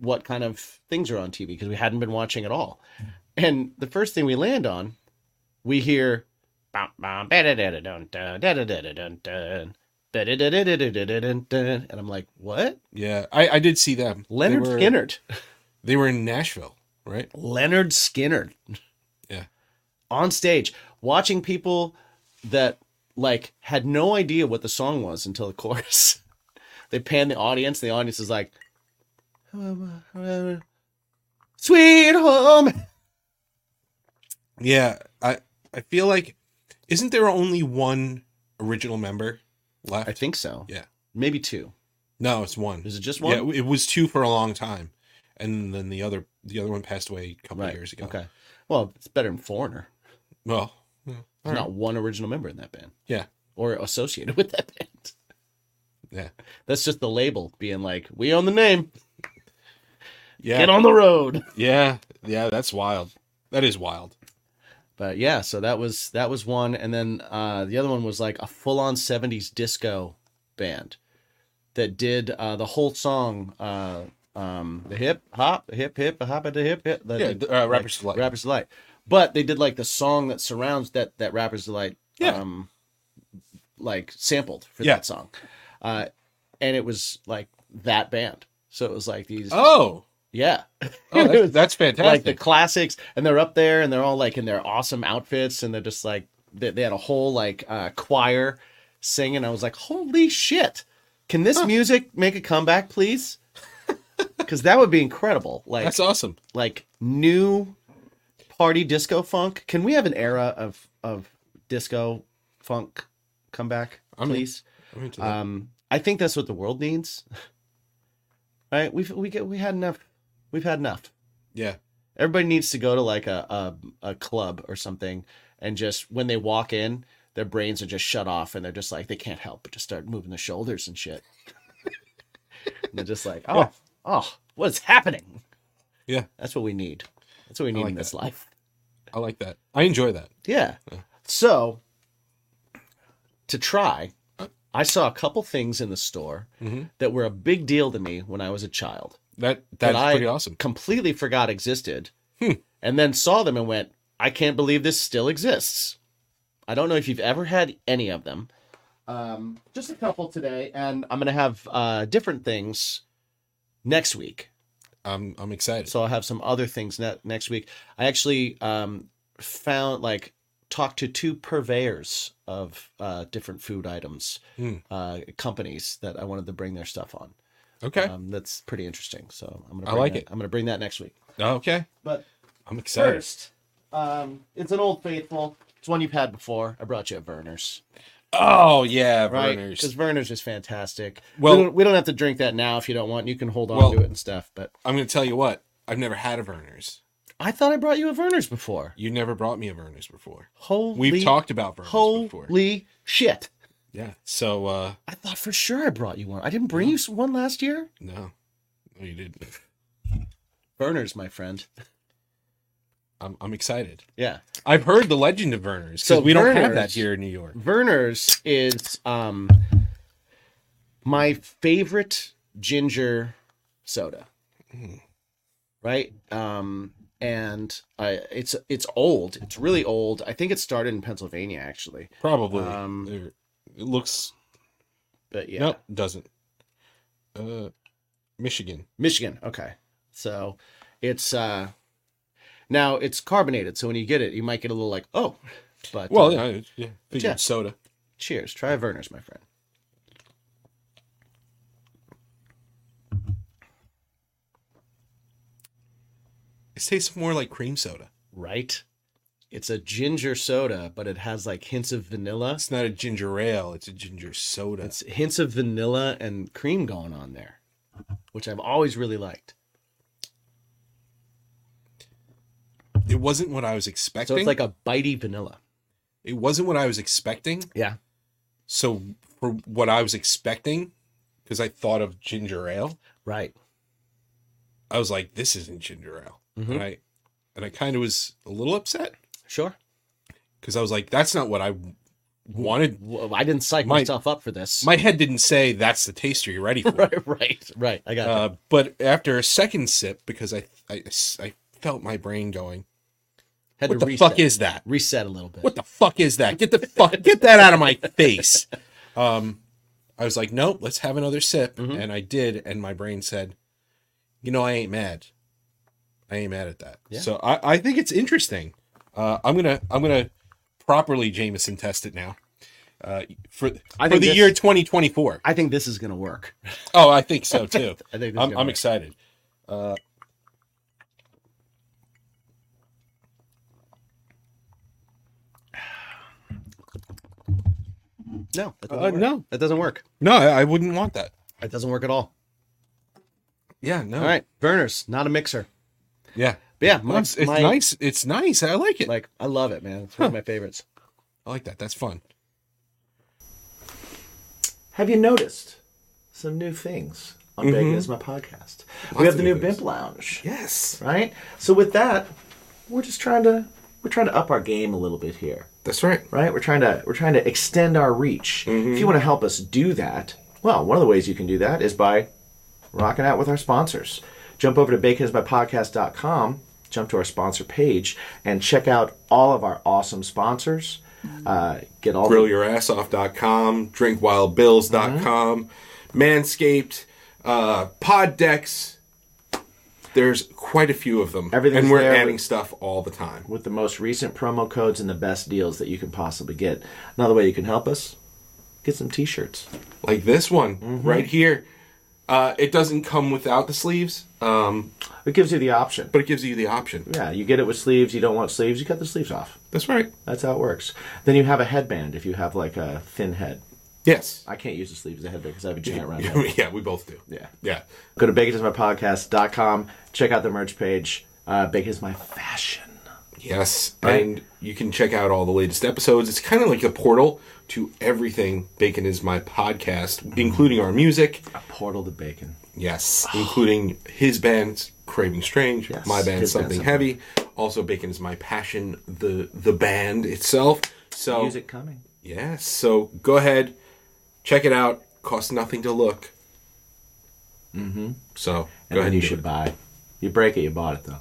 Speaker 3: what kind of things are on TV because we hadn't been watching at all. And the first thing we land on, we hear "Bum, bum, da-da-da-da-dun, dun, da-da-da-da-dun, da-da-da-da-da-da-dun, dun." and I'm like, what?
Speaker 1: Yeah, I I did see them. They
Speaker 3: Leonard
Speaker 1: were-
Speaker 3: Skinner.
Speaker 1: They were in Nashville, right?
Speaker 3: Leonard Skinner.
Speaker 1: Yeah.
Speaker 3: On stage, watching people that like had no idea what the song was until the chorus. they pan the audience. The audience is like, "Sweet home."
Speaker 1: Yeah, I I feel like isn't there only one original member left?
Speaker 3: I think so.
Speaker 1: Yeah.
Speaker 3: Maybe two.
Speaker 1: no, it's one.
Speaker 3: Is it just one?
Speaker 1: Yeah, it was two for a long time, and then the other the other one passed away a couple
Speaker 3: right.
Speaker 1: of years ago.
Speaker 3: Okay. Well, it's better than Foreigner.
Speaker 1: Well,
Speaker 3: There's not one original member in that band.
Speaker 1: Yeah.
Speaker 3: Or associated with that band.
Speaker 1: yeah,
Speaker 3: That's just the label being like, "We own the name.
Speaker 1: yeah.
Speaker 3: Get on the road."
Speaker 1: Yeah, yeah, that's wild. That is wild.
Speaker 3: but yeah so that was that was one and then uh the other one was like a full-on 70s disco band that did uh the whole song uh um the hip hop hip hip hop at the hip hip the,
Speaker 1: Yeah, the, uh, Rapper's Delight.
Speaker 3: rappers delight But they did like the song that surrounds that that Rapper's Delight
Speaker 1: Yeah.
Speaker 3: um like sampled for
Speaker 1: Yeah.
Speaker 3: that song. Uh and it was like that band. So it was like these
Speaker 1: Oh,
Speaker 3: yeah.
Speaker 1: oh
Speaker 3: It was
Speaker 1: that's, that's
Speaker 3: like the
Speaker 1: fantastic.
Speaker 3: classics and they're up there and they're all like in their awesome outfits and they're just like they, they had a whole like uh choir singing i was like holy shit can this music make a comeback please because that would be incredible like
Speaker 1: that's awesome.
Speaker 3: like new party disco funk can we have an era of of disco funk comeback
Speaker 1: I'm in.
Speaker 3: please
Speaker 1: I'm into that.
Speaker 3: um, I think that's what the world needs. right? We've we get we had enough. We've had enough.
Speaker 1: yeah.
Speaker 3: Everybody needs to go to like a a, a club or something, and just when they walk in, their brains are just shut off, and they're just like they can't help but just start moving their shoulders and shit. and they're just like, oh, oh, what's happening?
Speaker 1: Yeah.
Speaker 3: that's what we need. That's what we need
Speaker 1: like
Speaker 3: in this life.
Speaker 1: I like that. I enjoy that.
Speaker 3: Yeah. So to try, I saw a couple things in the store
Speaker 1: Mm-hmm.
Speaker 3: that were a big deal to me when I was a child
Speaker 1: That
Speaker 3: that
Speaker 1: that's
Speaker 3: I
Speaker 1: pretty awesome.
Speaker 3: completely forgot existed and then saw them and went, I can't believe this still exists. I don't know if you've ever had any of them. Um, just a couple today, and I'm going to have uh, different things next week.
Speaker 1: I'm I'm excited.
Speaker 3: So I'll have some other things ne- next week. I actually um, found like talked to two purveyors of uh, different food items
Speaker 1: Hmm.
Speaker 3: uh, companies that I wanted to bring their stuff on.
Speaker 1: Okay.
Speaker 3: Um, that's pretty interesting. So I'm gonna
Speaker 1: I
Speaker 3: bring
Speaker 1: like
Speaker 3: that-
Speaker 1: it.
Speaker 3: I'm gonna bring that next week.
Speaker 1: okay.
Speaker 3: But
Speaker 1: I'm excited.
Speaker 3: first, um, it's an old faithful. It's one you've had before. I brought you a Verner's,
Speaker 1: Oh yeah,
Speaker 3: right?
Speaker 1: Verners.
Speaker 3: Because Verner's is fantastic. Well,
Speaker 1: Well-
Speaker 3: we don't, we don't have to drink that now if you don't want. You can hold on
Speaker 1: Well-
Speaker 3: to it and stuff. But
Speaker 1: I'm gonna tell you what. I've never had a Verners.
Speaker 3: I thought I brought you a Verner's before.
Speaker 1: You never brought me a Verners before.
Speaker 3: Holy
Speaker 1: We've talked about Verners before.
Speaker 3: Holy shit.
Speaker 1: Yeah. So uh
Speaker 3: I thought for sure I brought you one. I didn't bring you s- one last year.
Speaker 1: no. No, you didn't.
Speaker 3: Burners, my friend.
Speaker 1: I'm I'm excited.
Speaker 3: Yeah.
Speaker 1: I've heard the legend of Verners because
Speaker 3: So
Speaker 1: we don't have
Speaker 3: Verners-
Speaker 1: that here in New York.
Speaker 3: Verner's is um my favorite ginger soda.
Speaker 1: Hmm.
Speaker 3: Right? Um and I it's it's old. It's really old. I think it started in Pennsylvania actually.
Speaker 1: Probably.
Speaker 3: Um,
Speaker 1: There- it looks
Speaker 3: But yeah.
Speaker 1: nope, doesn't. Uh Michigan.
Speaker 3: Michigan. Okay. So it's uh now it's carbonated, so when you get it, you might get a little like, oh, but
Speaker 1: Well,
Speaker 3: uh,
Speaker 1: yeah, it- yeah. Figured
Speaker 3: yeah.
Speaker 1: soda.
Speaker 3: Cheers. Try a Verner's, my friend.
Speaker 1: It tastes more like cream soda.
Speaker 3: Right? It's a ginger soda, but it has like hints of vanilla.
Speaker 1: It's not a ginger ale, it's a ginger soda.
Speaker 3: It's hints of vanilla and cream going on there, which I've always really liked.
Speaker 1: it wasn't what I was expecting.
Speaker 3: So it's like a bitey vanilla.
Speaker 1: it wasn't what I was expecting.
Speaker 3: Yeah.
Speaker 1: So for what I was expecting, because I thought of ginger ale,
Speaker 3: Right.
Speaker 1: I was like, "This isn't ginger ale,"
Speaker 3: Mhm.
Speaker 1: and I and I kind of was a little upset
Speaker 3: Sure.
Speaker 1: because I was like, "That's not what I wanted."
Speaker 3: Well, I didn't psych
Speaker 1: My-
Speaker 3: myself up for this.
Speaker 1: My head didn't say that's the taster you're ready for.
Speaker 3: right, right, right. I got
Speaker 1: uh, but after a second sip, because I I, I felt my brain going,
Speaker 3: Had
Speaker 1: "What
Speaker 3: to
Speaker 1: the
Speaker 3: reset,
Speaker 1: fuck is that?
Speaker 3: reset a little bit.
Speaker 1: What the fuck is that? Get the fuck get that out of my face." Um, I was like, "Nope, let's have another sip,"
Speaker 3: Mm-hmm.
Speaker 1: and I did, and my brain said, "You know, I ain't mad. I ain't mad at that."
Speaker 3: Yeah.
Speaker 1: So I, I think it's interesting. Uh, I'm gonna I'm gonna properly Jameson test it now. Uh, for
Speaker 3: I
Speaker 1: for
Speaker 3: think
Speaker 1: the
Speaker 3: this-
Speaker 1: year 2024.
Speaker 3: I think this is gonna work.
Speaker 1: Oh, I think so too.
Speaker 3: I think this is
Speaker 1: I'm,
Speaker 3: gonna
Speaker 1: I'm
Speaker 3: work.
Speaker 1: excited.
Speaker 3: No, that doesn't
Speaker 1: Uh,
Speaker 3: work.
Speaker 1: no.
Speaker 3: that doesn't work.
Speaker 1: No, I, I wouldn't want that.
Speaker 3: It doesn't work at all.
Speaker 1: Yeah, no.
Speaker 3: All right, Verner's not a mixer.
Speaker 1: Yeah.
Speaker 3: But yeah, my,
Speaker 1: It's, it's
Speaker 3: my-
Speaker 1: nice. It's nice. I like it.
Speaker 3: Like I love it, man. It's one of my favorites.
Speaker 1: I like that. That's fun.
Speaker 5: Have you noticed some new things on
Speaker 1: Mm-hmm.
Speaker 5: Bacon is My Podcast? we have the new
Speaker 1: new things.
Speaker 5: Bimp Lounge,
Speaker 6: Yes.
Speaker 5: right? So with that, we're just trying to we're trying to up our game a little bit here,
Speaker 6: That's right.
Speaker 5: right? We're trying to we're trying to extend our reach. If you want to help us do that, well, one of the ways you can do that is by rocking out with our sponsors. Jump over to baconismypodcast.com
Speaker 3: jump to our sponsor page and check out all of our awesome sponsors. Uh, get all the
Speaker 7: grillyourassoff.com, drinkwildbills.com, Manscaped, uh, Pod Decks. There's quite a few of them.
Speaker 3: Everything's
Speaker 7: and we're
Speaker 3: there.
Speaker 7: adding stuff all the time.
Speaker 3: with the most recent promo codes and the best deals that you can possibly get. Another way you can help us, get some t-shirts.
Speaker 7: Like this one right here. Uh, it doesn't come without the sleeves, um,
Speaker 3: It gives you the option.
Speaker 7: but it gives you the option.
Speaker 3: Yeah, you get it with sleeves. You don't want sleeves, you cut the sleeves off.
Speaker 7: That's right.
Speaker 3: That's how it works. Then you have a headband if you have like a thin head.
Speaker 7: Yes.
Speaker 3: I can't use the sleeves as a headband because I have a giant round head.
Speaker 7: yeah, we both do.
Speaker 3: Yeah.
Speaker 7: Yeah.
Speaker 3: Go to baconismypodcast.com, check out the merch page. Uh, Bacon is my fashion.
Speaker 7: Yes, and you can check out all the latest episodes. It's kind of like a portal to everything Bacon is my podcast, including our music.
Speaker 3: A portal to bacon.
Speaker 7: Yes, including his band Craving Strange,
Speaker 3: Yes,
Speaker 7: my band
Speaker 3: his band,
Speaker 7: Something
Speaker 3: Something
Speaker 7: Heavy. Also, Bacon is my passion. The the band itself. So
Speaker 3: Music coming.
Speaker 7: yes, so go ahead, check it out. Costs nothing to look. Mm-hmm. So go
Speaker 3: And
Speaker 7: ahead.
Speaker 3: then you
Speaker 7: do
Speaker 3: should
Speaker 7: it.
Speaker 3: buy. You break it, you bought it though.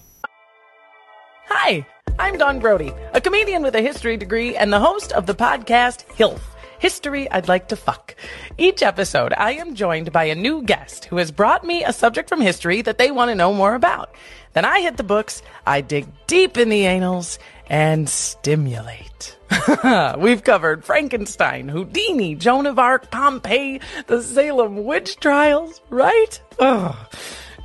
Speaker 8: Hi, I'm Don Brody, a comedian with a history degree and the host of the podcast HILF. History I'd like to fuck. Each episode, I am joined by a new guest who has brought me a subject from history that they want to know more about. Then I hit the books, I dig deep in the anals, and stimulate. We've covered Frankenstein, Houdini, Joan of Arc, Pompeii, the Salem witch trials, right? Ugh.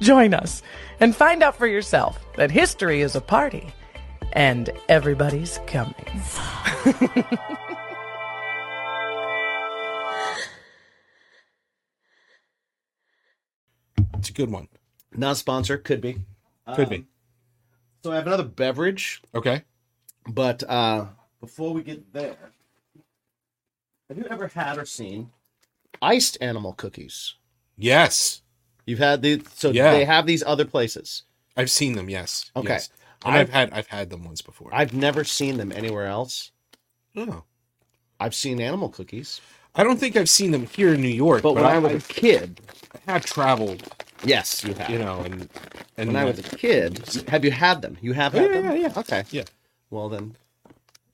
Speaker 8: Join us and find out for yourself that history is a party and everybody's coming.
Speaker 1: It's a good one.
Speaker 9: Not sponsor, could be.
Speaker 1: Could be.
Speaker 9: So I have another beverage,
Speaker 1: Okay.
Speaker 9: but uh before we get there, have you ever had or seen iced animal cookies?
Speaker 1: Yes.
Speaker 9: You've had the so
Speaker 1: Yeah.
Speaker 9: they have these other places.
Speaker 1: I've seen them. Yes.
Speaker 9: Okay.
Speaker 1: Yes. And I've, had I've had them once before.
Speaker 9: I've never seen them anywhere else.
Speaker 1: oh.
Speaker 9: I've seen animal cookies,
Speaker 1: I don't think I've seen them here in New York,
Speaker 9: but
Speaker 1: but,
Speaker 9: when I,
Speaker 1: I,
Speaker 9: was a kid,
Speaker 1: I have traveled,
Speaker 9: yes, you have.
Speaker 1: you know, and and
Speaker 9: when I was a kid, have you had them? You have had
Speaker 1: yeah,
Speaker 9: them.
Speaker 1: yeah, yeah.
Speaker 9: Okay.
Speaker 1: yeah.
Speaker 9: Well then,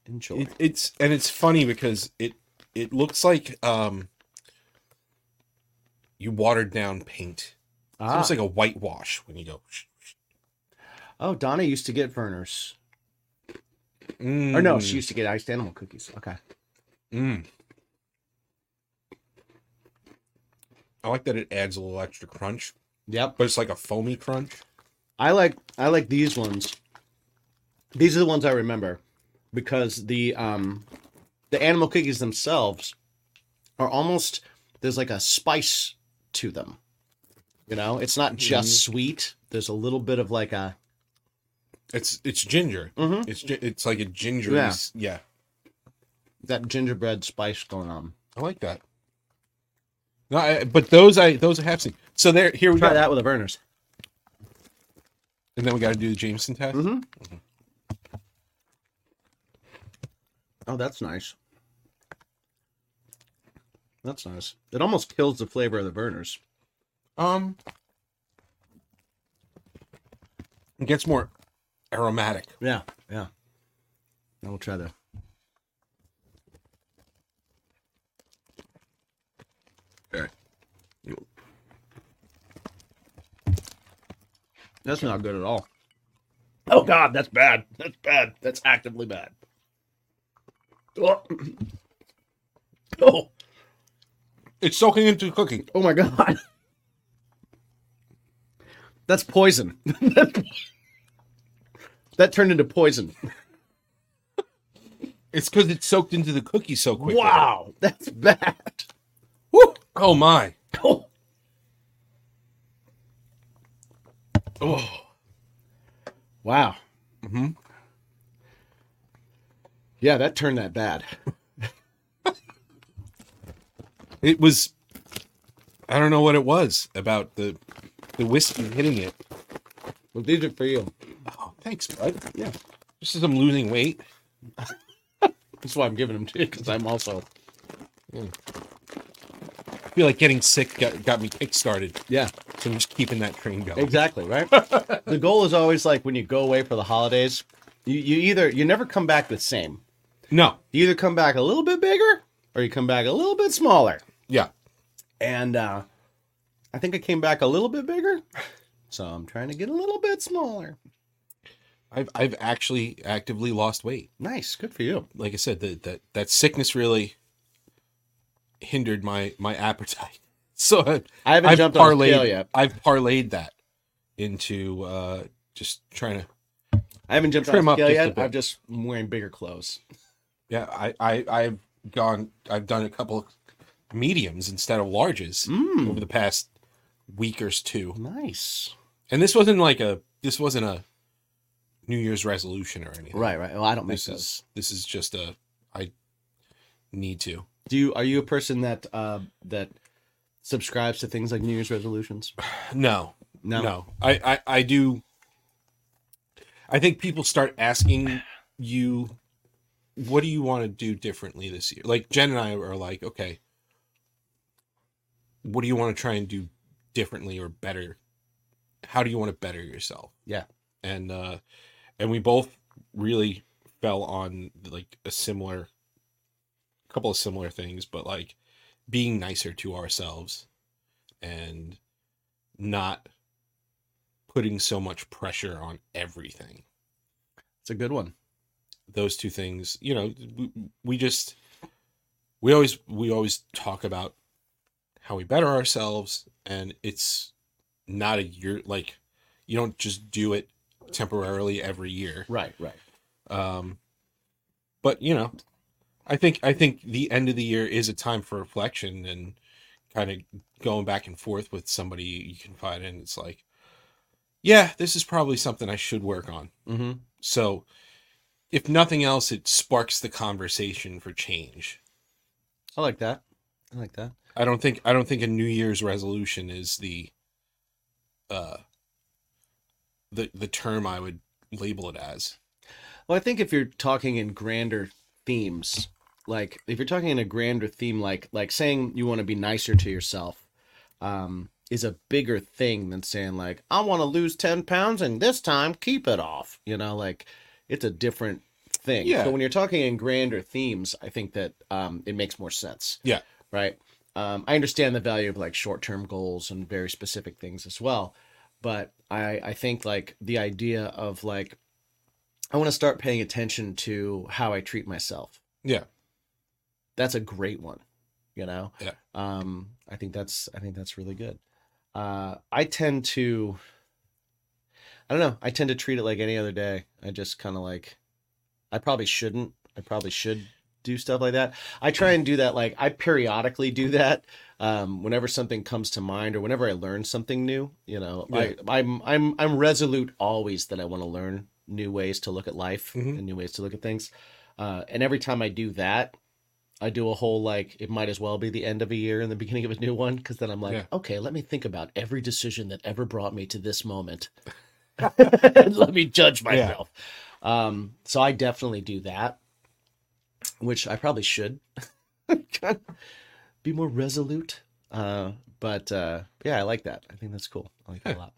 Speaker 9: enjoy.
Speaker 1: It, it's and it's funny because it it looks like um you watered down paint. It's
Speaker 9: ah.
Speaker 1: almost like a whitewash when you go.
Speaker 9: oh, Donna used to get Verner's.
Speaker 1: Mm,
Speaker 9: Or no, she used to get iced animal cookies. Okay.
Speaker 1: mm. I like that it adds a little extra crunch,
Speaker 9: Yep.
Speaker 1: but it's like a foamy crunch.
Speaker 9: I like I like these ones. These are the ones I remember because the um the animal cookies themselves are almost there's like a spice to them. You know, it's not just sweet. There's a little bit of like a
Speaker 1: It's it's ginger.
Speaker 9: Mhm.
Speaker 1: It's gi- it's like a ginger.
Speaker 9: Yeah.
Speaker 1: Yeah. yeah,
Speaker 9: that gingerbread spice going on.
Speaker 1: I like that. No, I, but those I those I have seen. So there, here we
Speaker 9: Try
Speaker 1: go,
Speaker 9: that with a Verner's.
Speaker 1: and then we got to do the Jameson test.
Speaker 9: Mm-hmm. Oh, that's nice. That's nice. It almost kills the flavor of the Verner's.
Speaker 1: Um, it gets more aromatic.
Speaker 9: Yeah, yeah. Now we'll try the That's not good at all. Oh God, that's bad. That's bad. That's actively bad. Oh, oh,
Speaker 1: It's soaking into the cookie.
Speaker 9: oh my God. That's poison. that turned into poison.
Speaker 1: It's because it's soaked into the cookie so quickly.
Speaker 9: Wow, that's bad.
Speaker 1: Woo! Oh my!
Speaker 9: Oh,
Speaker 1: Oh,
Speaker 9: wow. Mm-hmm. Yeah, that turned that bad.
Speaker 1: it was. I don't know what it was about the the whiskey hitting it.
Speaker 9: Well, these are for you.
Speaker 1: Oh, thanks, bud. Yeah, just as I'm losing weight.
Speaker 9: That's why I'm giving them to you because I'm also
Speaker 1: I feel like getting sick got, got me kick started.
Speaker 9: yeah.
Speaker 1: So I'm just keeping that train going.
Speaker 9: Exactly, right? the goal is always like when you go away for the holidays, you, you either you never come back the same.
Speaker 1: No.
Speaker 9: You either come back a little bit bigger or you come back a little bit smaller.
Speaker 1: Yeah.
Speaker 9: And uh I think I came back a little bit bigger. So I'm trying to get a little bit smaller.
Speaker 1: I've I've actually actively lost weight.
Speaker 9: Nice, good for you.
Speaker 1: Like I said, that that that sickness really hindered my my appetite. So I,
Speaker 9: I haven't
Speaker 1: I've
Speaker 9: jumped on a
Speaker 1: parlayed.
Speaker 9: scale yet.
Speaker 1: I've parlayed that into uh just trying to.
Speaker 9: I haven't jumped
Speaker 1: Trim up
Speaker 9: on a scale
Speaker 1: just a
Speaker 9: yet.
Speaker 1: bit.
Speaker 9: I'm just wearing bigger clothes.
Speaker 1: Yeah, I I I've gone. I've done a couple of mediums instead of larges
Speaker 9: Mm.
Speaker 1: over the past week or two.
Speaker 9: Nice.
Speaker 1: And this wasn't like a. This wasn't a New Year's resolution or anything.
Speaker 9: Right, right. Well, I don't make
Speaker 1: This
Speaker 9: those.
Speaker 1: is this is just a. I need to.
Speaker 9: Do you are you a person that uh that subscribes to things like New Year's resolutions?
Speaker 1: No,
Speaker 9: No.
Speaker 1: no. I, I, I do. I think people start asking you, what do you want to do differently this year? Like Jen and I are like, okay, what do you want to try and do differently or better? How do you want to better yourself?
Speaker 9: Yeah.
Speaker 1: And, uh, and we both really fell on like a similar, couple of similar things, but like being nicer to ourselves and not putting so much pressure on everything.
Speaker 9: It's a good one.
Speaker 1: Those two things, you know, we, we just we always we always talk about how we better ourselves and it's not a year like you don't just do it temporarily every year.
Speaker 9: Right, right.
Speaker 1: Um but you know, I think I think the end of the year is a time for reflection and kind of going back and forth with somebody you confide in. It's like, yeah, this is probably something I should work on.
Speaker 9: Mm-hmm.
Speaker 1: So, if nothing else, it sparks the conversation for change.
Speaker 9: I like that. I like that.
Speaker 1: I don't think I don't think a New Year's resolution is the uh the the term I would label it as.
Speaker 9: Well, I think if you're talking in grander themes, like if you're talking in a grander theme, like like saying you want to be nicer to yourself, um, is a bigger thing than saying like I want to lose ten pounds and this time keep it off. You know, like it's a different thing.
Speaker 1: Yeah.
Speaker 9: So when you're talking in grander themes, I think that um, it makes more sense.
Speaker 1: Yeah.
Speaker 9: Right. Um, I understand the value of like short-term goals and very specific things as well, but I I think like the idea of like I want to start paying attention to how I treat myself.
Speaker 1: Yeah.
Speaker 9: That's a great one, you know.
Speaker 1: Yeah.
Speaker 9: Um, I think that's I think that's really good. Uh, I tend to, I don't know. I tend to treat it like any other day. I just kind of like, I probably shouldn't. I probably should do stuff like that. I try and do that. Like I periodically do that. Um, whenever something comes to mind or whenever I learn something new, you know,
Speaker 1: Yeah.
Speaker 9: I, I'm I'm I'm resolute always that I want to learn new ways to look at life
Speaker 1: Mhm.
Speaker 9: and new ways to look at things. Uh, and every time I do that, I do a whole like it might as well be the end of a year and the beginning of a new one because then I'm like,
Speaker 1: Yeah.
Speaker 9: okay, let me think about every decision that ever brought me to this moment. and let me judge myself. Um, so I definitely do that, which I probably should be more resolute. Uh, but uh, yeah, I like that. I think that's cool. I like that a lot.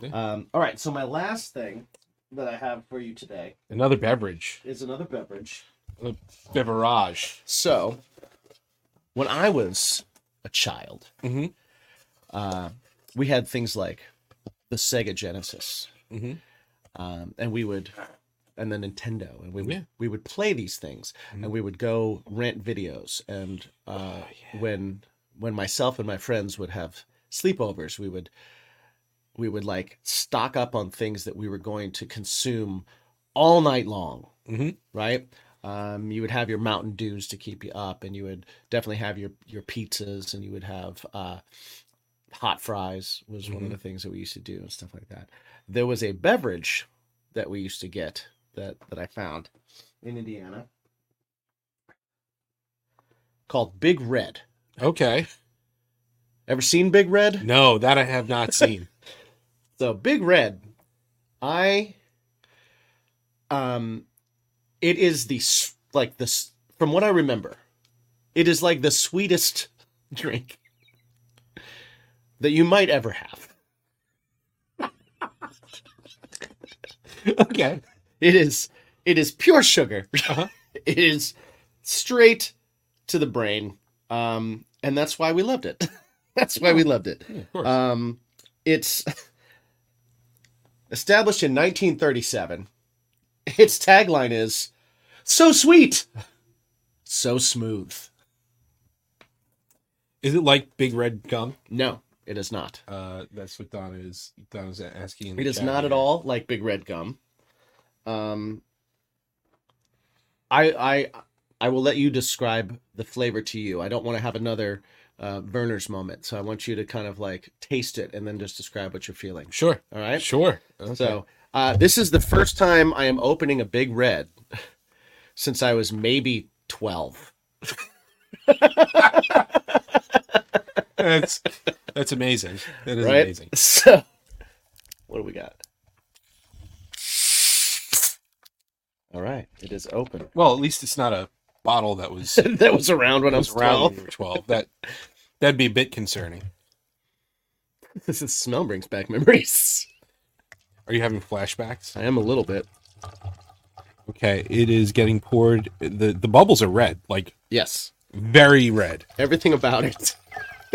Speaker 1: Yeah.
Speaker 9: Um, all right, so my last thing that I have for you today
Speaker 1: Another beverage,
Speaker 9: is another beverage.
Speaker 1: a beverage.
Speaker 9: So, when I was a child,
Speaker 1: Mhm.
Speaker 9: uh, we had things like the Sega Genesis,
Speaker 1: Mhm.
Speaker 9: um, and we would, and the Nintendo, and we would
Speaker 1: Yeah.
Speaker 9: we would play these things, and we would go rent videos, and uh, when when myself and my friends would have sleepovers, we would we would like stock up on things that we were going to consume all night long right? Um, you would have your Mountain Dews to keep you up, and you would definitely have your your pizzas, and you would have uh, hot fries was one of the things that we used to do and stuff like that. There was a beverage that we used to get that that I found in Indiana called Big Red.
Speaker 1: Okay.
Speaker 9: Ever seen Big Red?
Speaker 1: No, that I have not seen.
Speaker 9: So Big Red, I um it is the s- like this from what I remember, it is like the sweetest drink that you might ever have.
Speaker 1: okay.
Speaker 9: It is it is pure sugar.
Speaker 1: Uh-huh.
Speaker 9: it is straight to the brain. Um, and that's why we loved it. that's why we loved it.
Speaker 1: Of course.
Speaker 9: Um, it's established in 1937. Its tagline is so sweet, so smooth.
Speaker 1: is it like Big Red Gum?
Speaker 9: No, it is not.
Speaker 1: Uh, that's what Donna is. Donna's asking. in the
Speaker 9: It is
Speaker 1: chat
Speaker 9: not at
Speaker 1: here.
Speaker 9: all like Big Red Gum. Um, I I I will let you describe the flavor to you. I don't want to have another uh, Verner's moment, so I want you to kind of like taste it and then just describe what you're feeling.
Speaker 1: Sure.
Speaker 9: All right.
Speaker 1: Sure.
Speaker 9: So uh, this is the first time I am opening a Big Red since I was maybe twelve.
Speaker 1: That's that's amazing. That is
Speaker 9: right.
Speaker 1: amazing.
Speaker 9: So what do we got? All right, it is open.
Speaker 1: Well, at least it's not a bottle that was that
Speaker 9: that was around when I was
Speaker 1: was around when
Speaker 9: 12.
Speaker 1: you were twelve. That that'd be a bit concerning.
Speaker 9: this is- smell brings back memories.
Speaker 1: Are you having flashbacks?
Speaker 9: I am a little bit.
Speaker 1: Okay, it is getting poured. the The bubbles are red, like
Speaker 9: Yes.
Speaker 1: very red.
Speaker 9: Everything about it.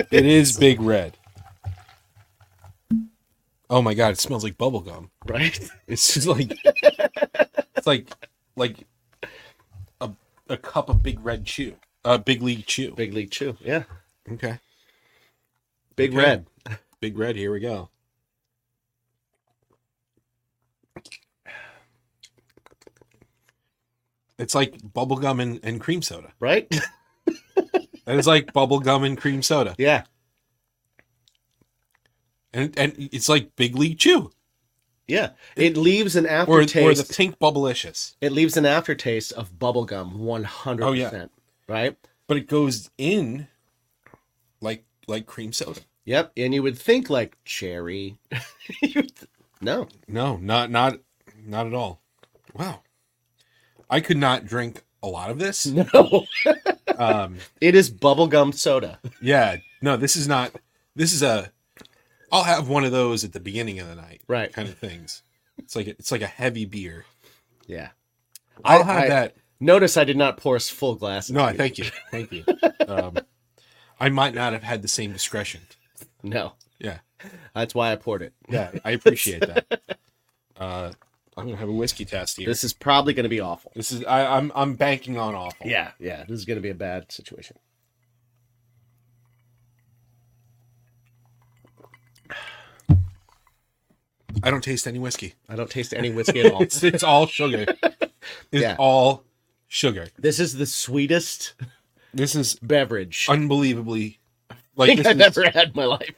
Speaker 1: It is big red. Oh my god, it smells like bubble gum.
Speaker 9: Right?
Speaker 1: It's just like it's like like a a cup of big red chew. Uh big league chew.
Speaker 9: Big League Chew. Yeah.
Speaker 1: Okay.
Speaker 9: Big
Speaker 1: Okay.
Speaker 9: Red.
Speaker 1: Big red, here we go. It's like bubblegum and, and cream soda.
Speaker 9: Right?
Speaker 1: That is like bubblegum and cream soda.
Speaker 9: yeah.
Speaker 1: And and it's like big league chew.
Speaker 9: Yeah. It leaves an
Speaker 1: Or, or
Speaker 9: aftertaste.
Speaker 1: the pink bubblicious.
Speaker 9: it leaves an aftertaste of bubblegum 100%.
Speaker 1: Oh, yeah.
Speaker 9: Right?
Speaker 1: But it goes in like like cream soda.
Speaker 9: Yep. And you would think like cherry. You would th- no.
Speaker 1: No, not not not at all. Wow. I could not drink a lot of this.
Speaker 9: No.
Speaker 1: Um
Speaker 9: It is bubblegum soda.
Speaker 1: yeah, no, this is not this is a I'll have one of those at the beginning of the night.
Speaker 9: Right.
Speaker 1: Kind of things. It's like it's like a heavy beer.
Speaker 9: Yeah.
Speaker 1: I'll
Speaker 9: I-
Speaker 1: have
Speaker 9: I-
Speaker 1: that.
Speaker 9: Notice I did not pour us full glass.
Speaker 1: No, I thank you. Thank you. Um I might not have had the same discretion.
Speaker 9: No.
Speaker 1: Yeah.
Speaker 9: That's why I poured it.
Speaker 1: Yeah, I appreciate that. Uh I'm gonna have a whiskey test here. This,
Speaker 9: This is probably going to be awful.
Speaker 1: is I, I'm I'm banking on awful.
Speaker 9: Yeah, yeah. This is going to be a bad situation.
Speaker 1: I don't taste any whiskey.
Speaker 9: I don't taste any whiskey at all.
Speaker 1: It's, it's all sugar. It's
Speaker 9: Yeah.
Speaker 1: all sugar.
Speaker 9: this is the sweetest
Speaker 1: This is
Speaker 9: beverage
Speaker 1: unbelievably
Speaker 9: I
Speaker 1: like
Speaker 9: think
Speaker 1: this
Speaker 9: I've
Speaker 1: is,
Speaker 9: ever had in my life.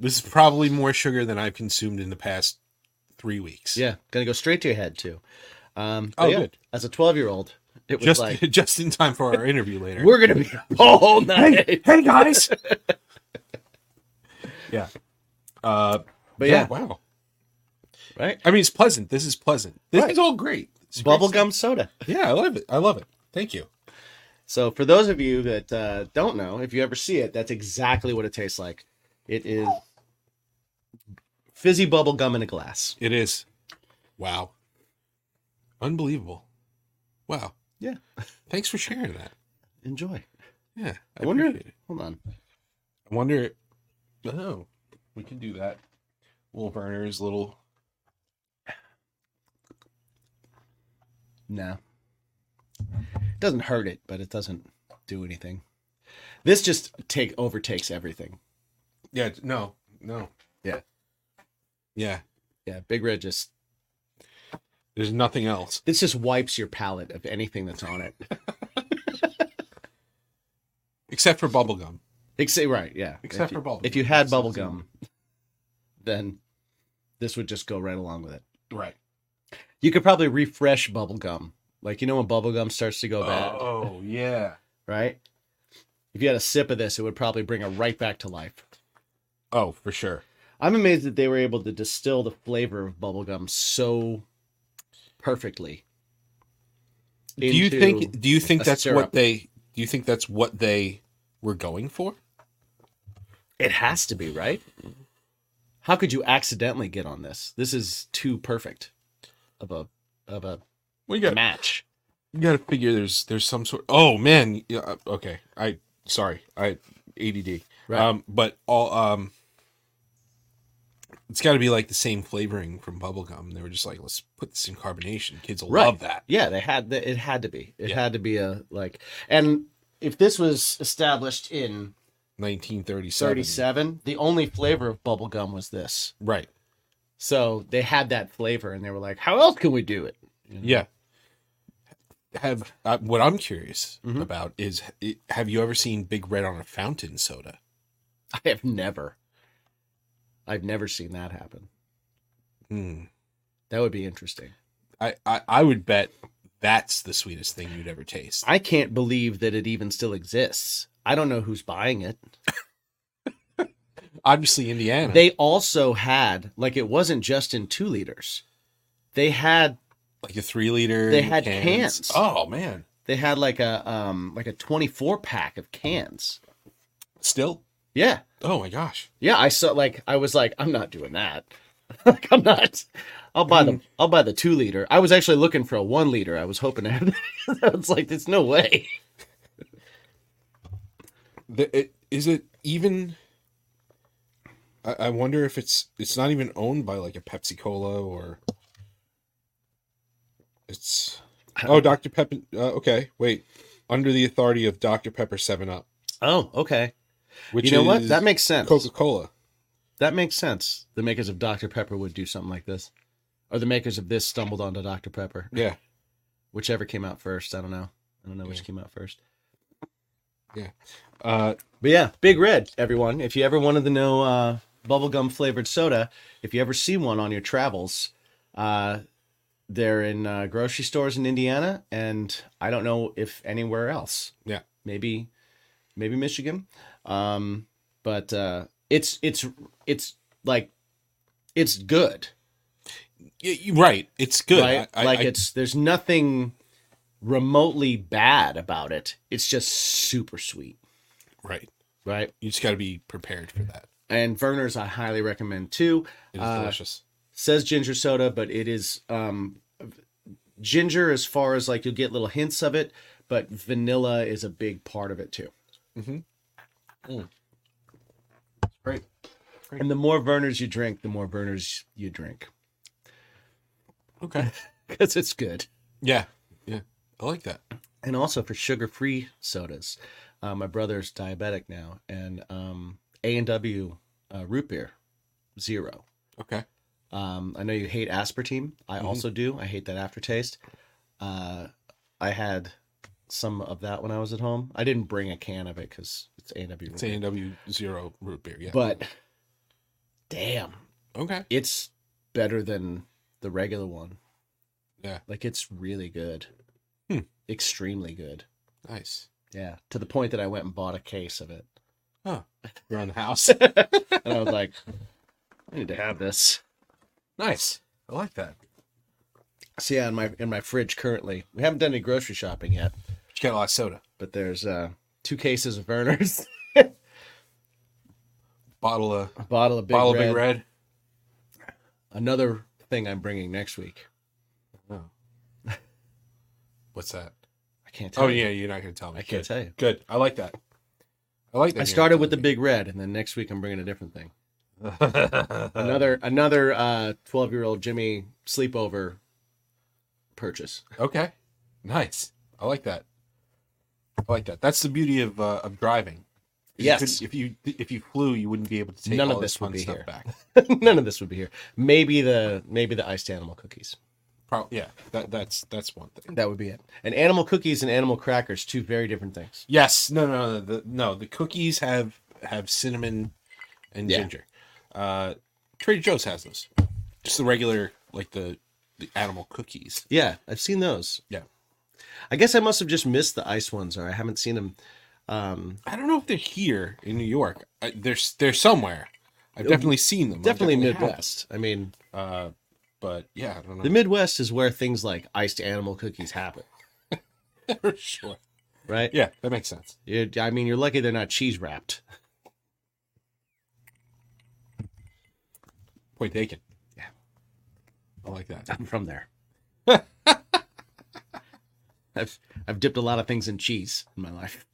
Speaker 1: this is probably more sugar than I've consumed in the past three weeks.
Speaker 9: Yeah, going to go straight to your head too. Um,
Speaker 1: Oh,
Speaker 9: but yeah,
Speaker 1: good.
Speaker 9: As a twelve-year-old, it was
Speaker 1: Just
Speaker 9: like
Speaker 1: just in time for our interview later.
Speaker 9: we're going to be up all night.
Speaker 1: hey guys. yeah. Uh
Speaker 9: But yeah,
Speaker 1: wow.
Speaker 9: right?
Speaker 1: I mean it's pleasant. This is pleasant. This
Speaker 9: Right.
Speaker 1: is all great. It's great
Speaker 9: Bubblegum soda.
Speaker 1: stuff. Yeah, I love it. I love it. Thank you.
Speaker 9: So for those of you that uh, don't know, if you ever see it, that's exactly what it tastes like. It is fizzy bubble gum in a glass.
Speaker 1: It is. Wow. Unbelievable. Wow.
Speaker 9: Yeah.
Speaker 1: Thanks for sharing that.
Speaker 9: Enjoy.
Speaker 1: Yeah.
Speaker 9: I wonder.
Speaker 1: appreciate it.
Speaker 9: Hold on.
Speaker 1: I wonder. Oh, we could do that. Little burners, little.
Speaker 9: No. Doesn't hurt it, but it doesn't do anything. This just take overtakes everything.
Speaker 1: Yeah. No. No.
Speaker 9: Yeah.
Speaker 1: Yeah.
Speaker 9: Yeah, Big Red just
Speaker 1: There's nothing else.
Speaker 9: this just wipes your palate of anything that's on it.
Speaker 1: Except for bubblegum.
Speaker 9: Except right, yeah.
Speaker 1: Except
Speaker 9: if you,
Speaker 1: for bubble
Speaker 9: If you
Speaker 1: gum.
Speaker 9: had bubble gum, then this would just go right along with it.
Speaker 1: Right.
Speaker 9: You could probably refresh bubble gum. Like you know when bubble gum starts to go bad,
Speaker 1: Oh, yeah.
Speaker 9: right? If you had a sip of this, it would probably bring it right back to life.
Speaker 1: Oh, for sure.
Speaker 9: I'm amazed that they were able to distill the flavor of bubblegum so perfectly.
Speaker 1: do you
Speaker 9: into-
Speaker 1: think? Do you think
Speaker 9: a
Speaker 1: that's
Speaker 9: syrup.
Speaker 1: what they? Do you think that's what they were going for?
Speaker 9: it has to be, right? How could you accidentally get on this? This is too perfect. of a of a
Speaker 1: We got
Speaker 9: match.
Speaker 1: you got to figure there's there's some sort. Oh man, yeah, uh, okay. I sorry, I ADD.
Speaker 9: Right.
Speaker 1: Um, but all um, it's got to be like the same flavoring from bubblegum. They were just like, let's put this in carbonation. Kids will love that.
Speaker 9: Yeah, they had the, it had to be. It
Speaker 1: Yeah.
Speaker 9: had to be a like and if this was established in
Speaker 1: 1937.
Speaker 9: 37, the only flavor of bubblegum was this.
Speaker 1: Right.
Speaker 9: So they had that flavor and they were like, how else can we do it?
Speaker 1: Yeah. Have uh, what I'm curious
Speaker 9: Mm-hmm.
Speaker 1: about is i- have you ever seen Big Red on a fountain soda?
Speaker 9: I have never I've never seen that happen.
Speaker 1: Hmm.
Speaker 9: That would be interesting.
Speaker 1: I, I I would bet that's the sweetest thing you'd ever taste.
Speaker 9: I can't believe that it even still exists. I don't know who's buying it.
Speaker 1: Obviously, Indiana.
Speaker 9: They also had like it wasn't just in 2 liters. They had
Speaker 1: like a three liter.
Speaker 9: They had cans.
Speaker 1: Oh man,
Speaker 9: they had like a um like a 24 pack of cans.
Speaker 1: still.
Speaker 9: Yeah.
Speaker 1: Oh my gosh,
Speaker 9: Yeah, I saw like I was like, I'm not doing that. like I'm not. I'll buy the I'll buy the two liter. I was actually looking for a one liter. I was hoping to have that. It's like there's no way.
Speaker 1: the, it, is it even? I, I wonder if it's it's not even owned by like a Pepsi Cola or. It's oh Dr Pepper. Uh, okay, wait. Under the authority of Dr Pepper Seven Up,
Speaker 9: Oh, okay.
Speaker 1: which
Speaker 9: you know what?
Speaker 1: is
Speaker 9: That makes sense.
Speaker 1: Coca Cola.
Speaker 9: That makes sense. The makers of Dr Pepper would do something like this, or the makers of this stumbled onto Dr Pepper,
Speaker 1: Yeah,
Speaker 9: whichever came out first. I don't know. I don't know which came out first.
Speaker 1: yeah. Uh,
Speaker 9: But yeah, Big Red, everyone. If you ever wanted to know uh, bubblegum flavored soda, if you ever see one on your travels, uh, they're in uh, grocery stores in Indiana, and I don't know if anywhere else.
Speaker 1: yeah.
Speaker 9: Maybe, maybe Michigan. Um, but uh, it's it's it's like it's good,
Speaker 1: Y- y- right. It's good.
Speaker 9: right?
Speaker 1: I, I-
Speaker 9: like
Speaker 1: I-
Speaker 9: it's there's nothing remotely bad about it. It's just super sweet,
Speaker 1: right.
Speaker 9: right?
Speaker 1: You just got to be prepared for that.
Speaker 9: and Verner's I highly recommend too.
Speaker 1: It is
Speaker 9: Uh,
Speaker 1: delicious.
Speaker 9: says ginger soda, but it is um, ginger as far as like you'll get little hints of it, but vanilla is a big part of it too.
Speaker 1: Mm-hmm. Mm. Right.
Speaker 9: And the more Verner's you drink, the more Verner's you drink
Speaker 1: Okay.
Speaker 9: because it's good.
Speaker 1: Yeah. Yeah. I like that.
Speaker 9: And also for sugar-free sodas, uh, my brother's diabetic now, and um, A and W uh, root beer, zero.
Speaker 1: Okay.
Speaker 9: Um, I know you hate aspartame. I
Speaker 1: Mm-hmm.
Speaker 9: also do. I hate that aftertaste. Uh, I had some of that when I was at home. I didn't bring a can of it because it's A&W.
Speaker 1: It's A&W Zero root beer. Yeah.
Speaker 9: But damn,
Speaker 1: okay.
Speaker 9: it's better than the regular one.
Speaker 1: Yeah.
Speaker 9: Like it's really good.
Speaker 1: Hmm.
Speaker 9: Extremely good.
Speaker 1: Nice.
Speaker 9: Yeah. To the point that I went and bought a case of it.
Speaker 1: Around the house.
Speaker 9: And I was like, I need to have this.
Speaker 1: nice. I like that.
Speaker 9: So yeah, in my in my fridge currently. We haven't done any grocery shopping yet.
Speaker 1: But you got a lot of soda.
Speaker 9: but there's uh two cases of Verner's,
Speaker 1: Bottle of
Speaker 9: a bottle of Big
Speaker 1: bottle
Speaker 9: Red,
Speaker 1: of Big Red.
Speaker 9: another thing I'm bringing next week.
Speaker 1: What's that?
Speaker 9: I can't tell.
Speaker 1: Oh
Speaker 9: you.
Speaker 1: yeah, you're not gonna tell me.
Speaker 9: I can't
Speaker 1: Good.
Speaker 9: tell you.
Speaker 1: Good. I like that. I like that.
Speaker 9: I
Speaker 1: you're
Speaker 9: started
Speaker 1: not
Speaker 9: with the
Speaker 1: telling
Speaker 9: Big Red, and then next week I'm bringing a different thing.
Speaker 1: me.
Speaker 9: Another another uh twelve year old Jimmy sleepover purchase.
Speaker 1: okay. Nice. I like that. I like that. That's the beauty of uh, of driving. You
Speaker 9: Yes.
Speaker 1: couldn't- If you if you flew, you wouldn't be able to take
Speaker 9: None of
Speaker 1: all
Speaker 9: this
Speaker 1: this
Speaker 9: would
Speaker 1: fun
Speaker 9: be
Speaker 1: stuff
Speaker 9: here.
Speaker 1: back.
Speaker 9: None of this would be here. Maybe the maybe the iced animal cookies.
Speaker 1: Pro- yeah. That that's that's one thing.
Speaker 9: That would be it. And animal cookies and animal crackers, two very different things.
Speaker 1: Yes. No. No. No. The, no. The cookies have have cinnamon and
Speaker 9: Yeah.
Speaker 1: ginger. Uh, Trader Joe's has those. Just the regular, like the the animal cookies.
Speaker 9: Yeah, I've seen those.
Speaker 1: Yeah.
Speaker 9: I guess I must have just missed the ice ones, or I haven't seen them. Um,
Speaker 1: I don't know if they're here in New York. I, they're s- they're somewhere. I've definitely seen them. I've
Speaker 9: definitely
Speaker 1: had them.
Speaker 9: Midwest. I mean,
Speaker 1: Uh, but yeah, I don't know
Speaker 9: The Midwest is where things like iced animal cookies happen,
Speaker 1: for sure.
Speaker 9: right?
Speaker 1: Yeah, that makes sense.
Speaker 9: You're- I mean, you're lucky they're not cheese wrapped.
Speaker 1: Point taken. Yeah, I like that.
Speaker 9: I'm from there. I've I've dipped a lot of things in cheese in my life.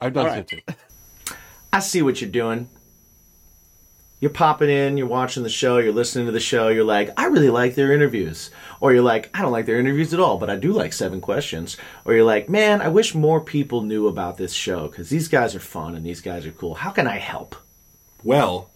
Speaker 1: I've done
Speaker 3: All right.
Speaker 1: so too.
Speaker 3: I see what you're doing. You're popping in, you're watching the show, you're listening to the show, you're like, I really like their interviews. Or you're like, I don't like their interviews at all, but I do like seven questions. Or you're like, man, I wish more people knew about this show because these guys are fun and these guys are cool. How can I help?
Speaker 7: Well,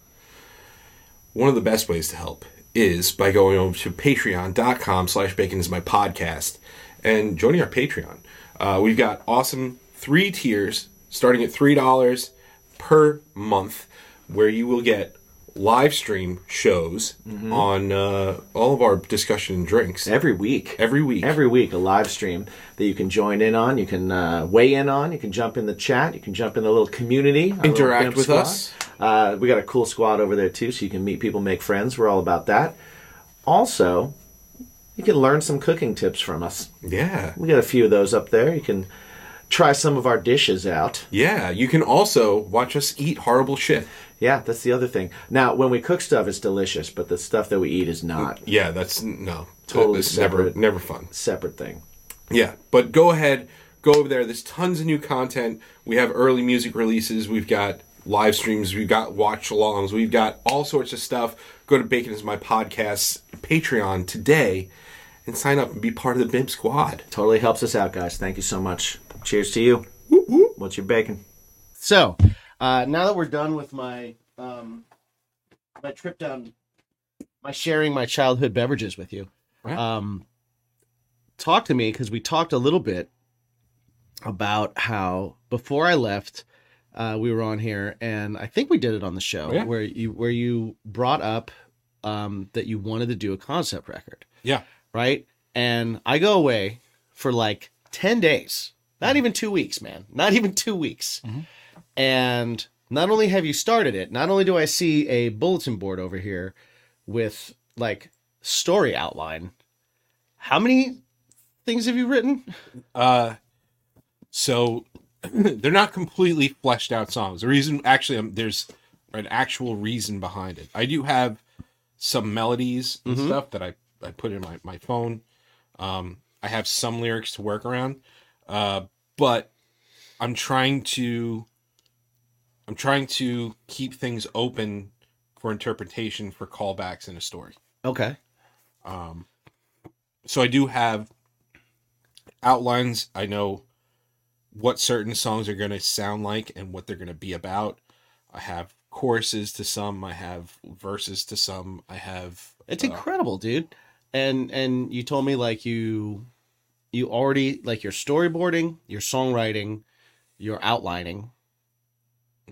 Speaker 7: one of the best ways to help is by going over to patreon.com slash bacon is my podcast and joining our Patreon. Uh, we've got awesome three tiers starting at $3 per month where you will get live stream shows on uh, all of our discussion and drinks
Speaker 3: Mm-hmm. Every week.
Speaker 7: every week.
Speaker 3: Every week, a live stream that you can join in on, you can uh, weigh in on, you can jump in the chat, you can jump in the little community, our little
Speaker 7: Interact
Speaker 3: Gimp
Speaker 7: with
Speaker 3: squad.
Speaker 7: us.
Speaker 3: Uh, we got a cool squad over there too, so you can meet people, make friends. We're all about that. Also, you can learn some cooking tips from us.
Speaker 7: yeah.
Speaker 3: We got a few of those up there. You can try some of our dishes out.
Speaker 7: Yeah. You can also watch us eat horrible shit.
Speaker 3: Yeah, that's the other thing. Now, when we cook stuff, it's delicious, but the stuff that we eat is not.
Speaker 7: Yeah, that's no.
Speaker 3: Totally
Speaker 7: it's never
Speaker 3: separate.
Speaker 7: never fun.
Speaker 3: Separate thing.
Speaker 7: Yeah, but go ahead, go over there. There's tons of new content. We have early music releases. We've got live streams. We've got watch alongs. We've got all sorts of stuff. Go to Bacon is My Podcast Patreon today and sign up and be part of the BIM squad.
Speaker 3: Totally helps us out, guys. Thank you so much. Cheers to you. What's your bacon?
Speaker 9: So uh, now that we're done with my um, my trip down, my sharing my childhood beverages with you, um, talk to me because we talked a little bit about how before I left, uh, we were on here, and I think we did it on the show
Speaker 1: yeah.
Speaker 9: where you where you brought up um, that you wanted to do a concept record
Speaker 1: Yeah.
Speaker 9: right? And I go away for like 10 days, not even two weeks, man, not even two weeks. And not only have you started it, not only do I see a bulletin board over here with like story outline, how many things have you written?
Speaker 1: Uh, so they're not completely fleshed out songs. The reason, actually, um, there's an actual reason behind it. I do have some melodies and stuff that I, I put in my, my phone. Um, I have some lyrics to work around, uh, but I'm trying to I'm trying to keep things open for interpretation for callbacks in a story.
Speaker 9: Okay.
Speaker 1: Um, so I do have outlines. I know what certain songs are going to sound like and what they're going to be about. I have choruses to some. I have verses to some. I have.
Speaker 9: It's
Speaker 1: uh,
Speaker 9: incredible, dude. And and you told me like you you already like your storyboarding, your songwriting, your outlining.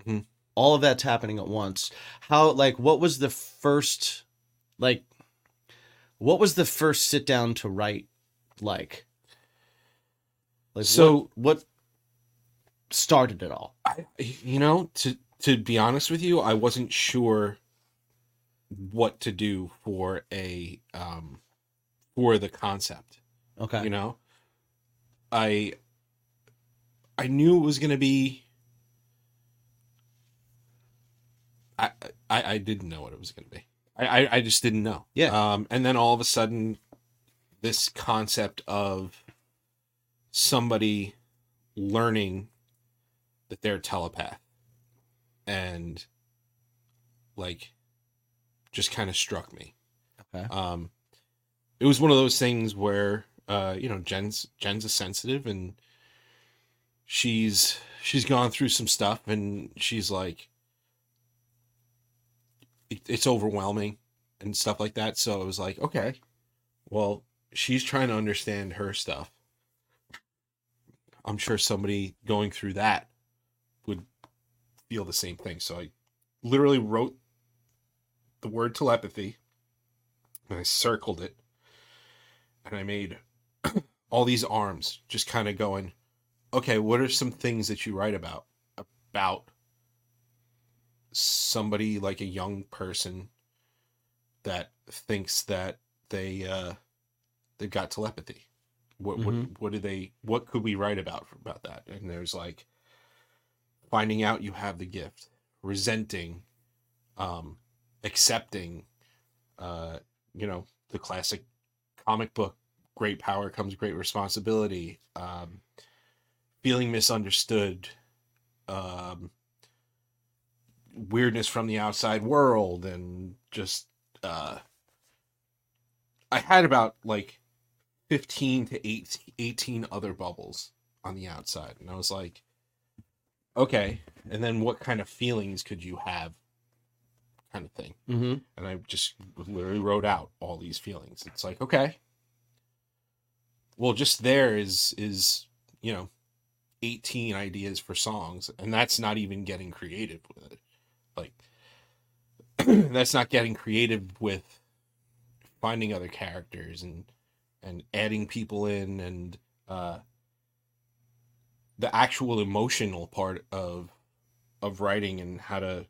Speaker 1: Mhm.
Speaker 9: All of that's happening at once. How like what was the first like what was the first sit down to write like? Like
Speaker 1: So-
Speaker 9: what, what started it all?
Speaker 1: I, uh, you know, to to be honest with you, I wasn't sure what to do for a um for the concept.
Speaker 9: Okay.
Speaker 1: you know i i knew it was gonna be i i, I didn't know what it was gonna be I, I i just didn't know
Speaker 9: Yeah.
Speaker 1: um and then all of a sudden this concept of somebody learning that they're a telepath and like just kind of struck me
Speaker 9: Okay.
Speaker 1: um it was one of those things where uh you know jen's jen's a sensitive and she's she's gone through some stuff and she's like it, it's overwhelming and stuff like that so it was like okay well she's trying to understand her stuff i'm sure somebody going through that would feel the same thing so i literally wrote the word telepathy and I circled it, and I made all these arms, just kind of going, okay, what are some things that you write about about somebody like a young person that thinks that they uh, they've got telepathy? What what what do they? What could we write about about that? And there's like finding out you have the gift, resenting, um, accepting. Uh, you know the classic comic book great power comes great responsibility um feeling misunderstood um weirdness from the outside world and just uh i had about like 15 to 8, 18 other bubbles on the outside and i was like okay and then what kind of feelings could you have kind of thing
Speaker 9: Mm-hmm.
Speaker 1: and I just literally wrote out all these feelings. It's like, okay, well, just there is is you know, eighteen ideas for songs, and that's not even getting creative with it. Like, that's not getting creative with finding other characters and and adding people in and uh, the actual emotional part of of writing and how to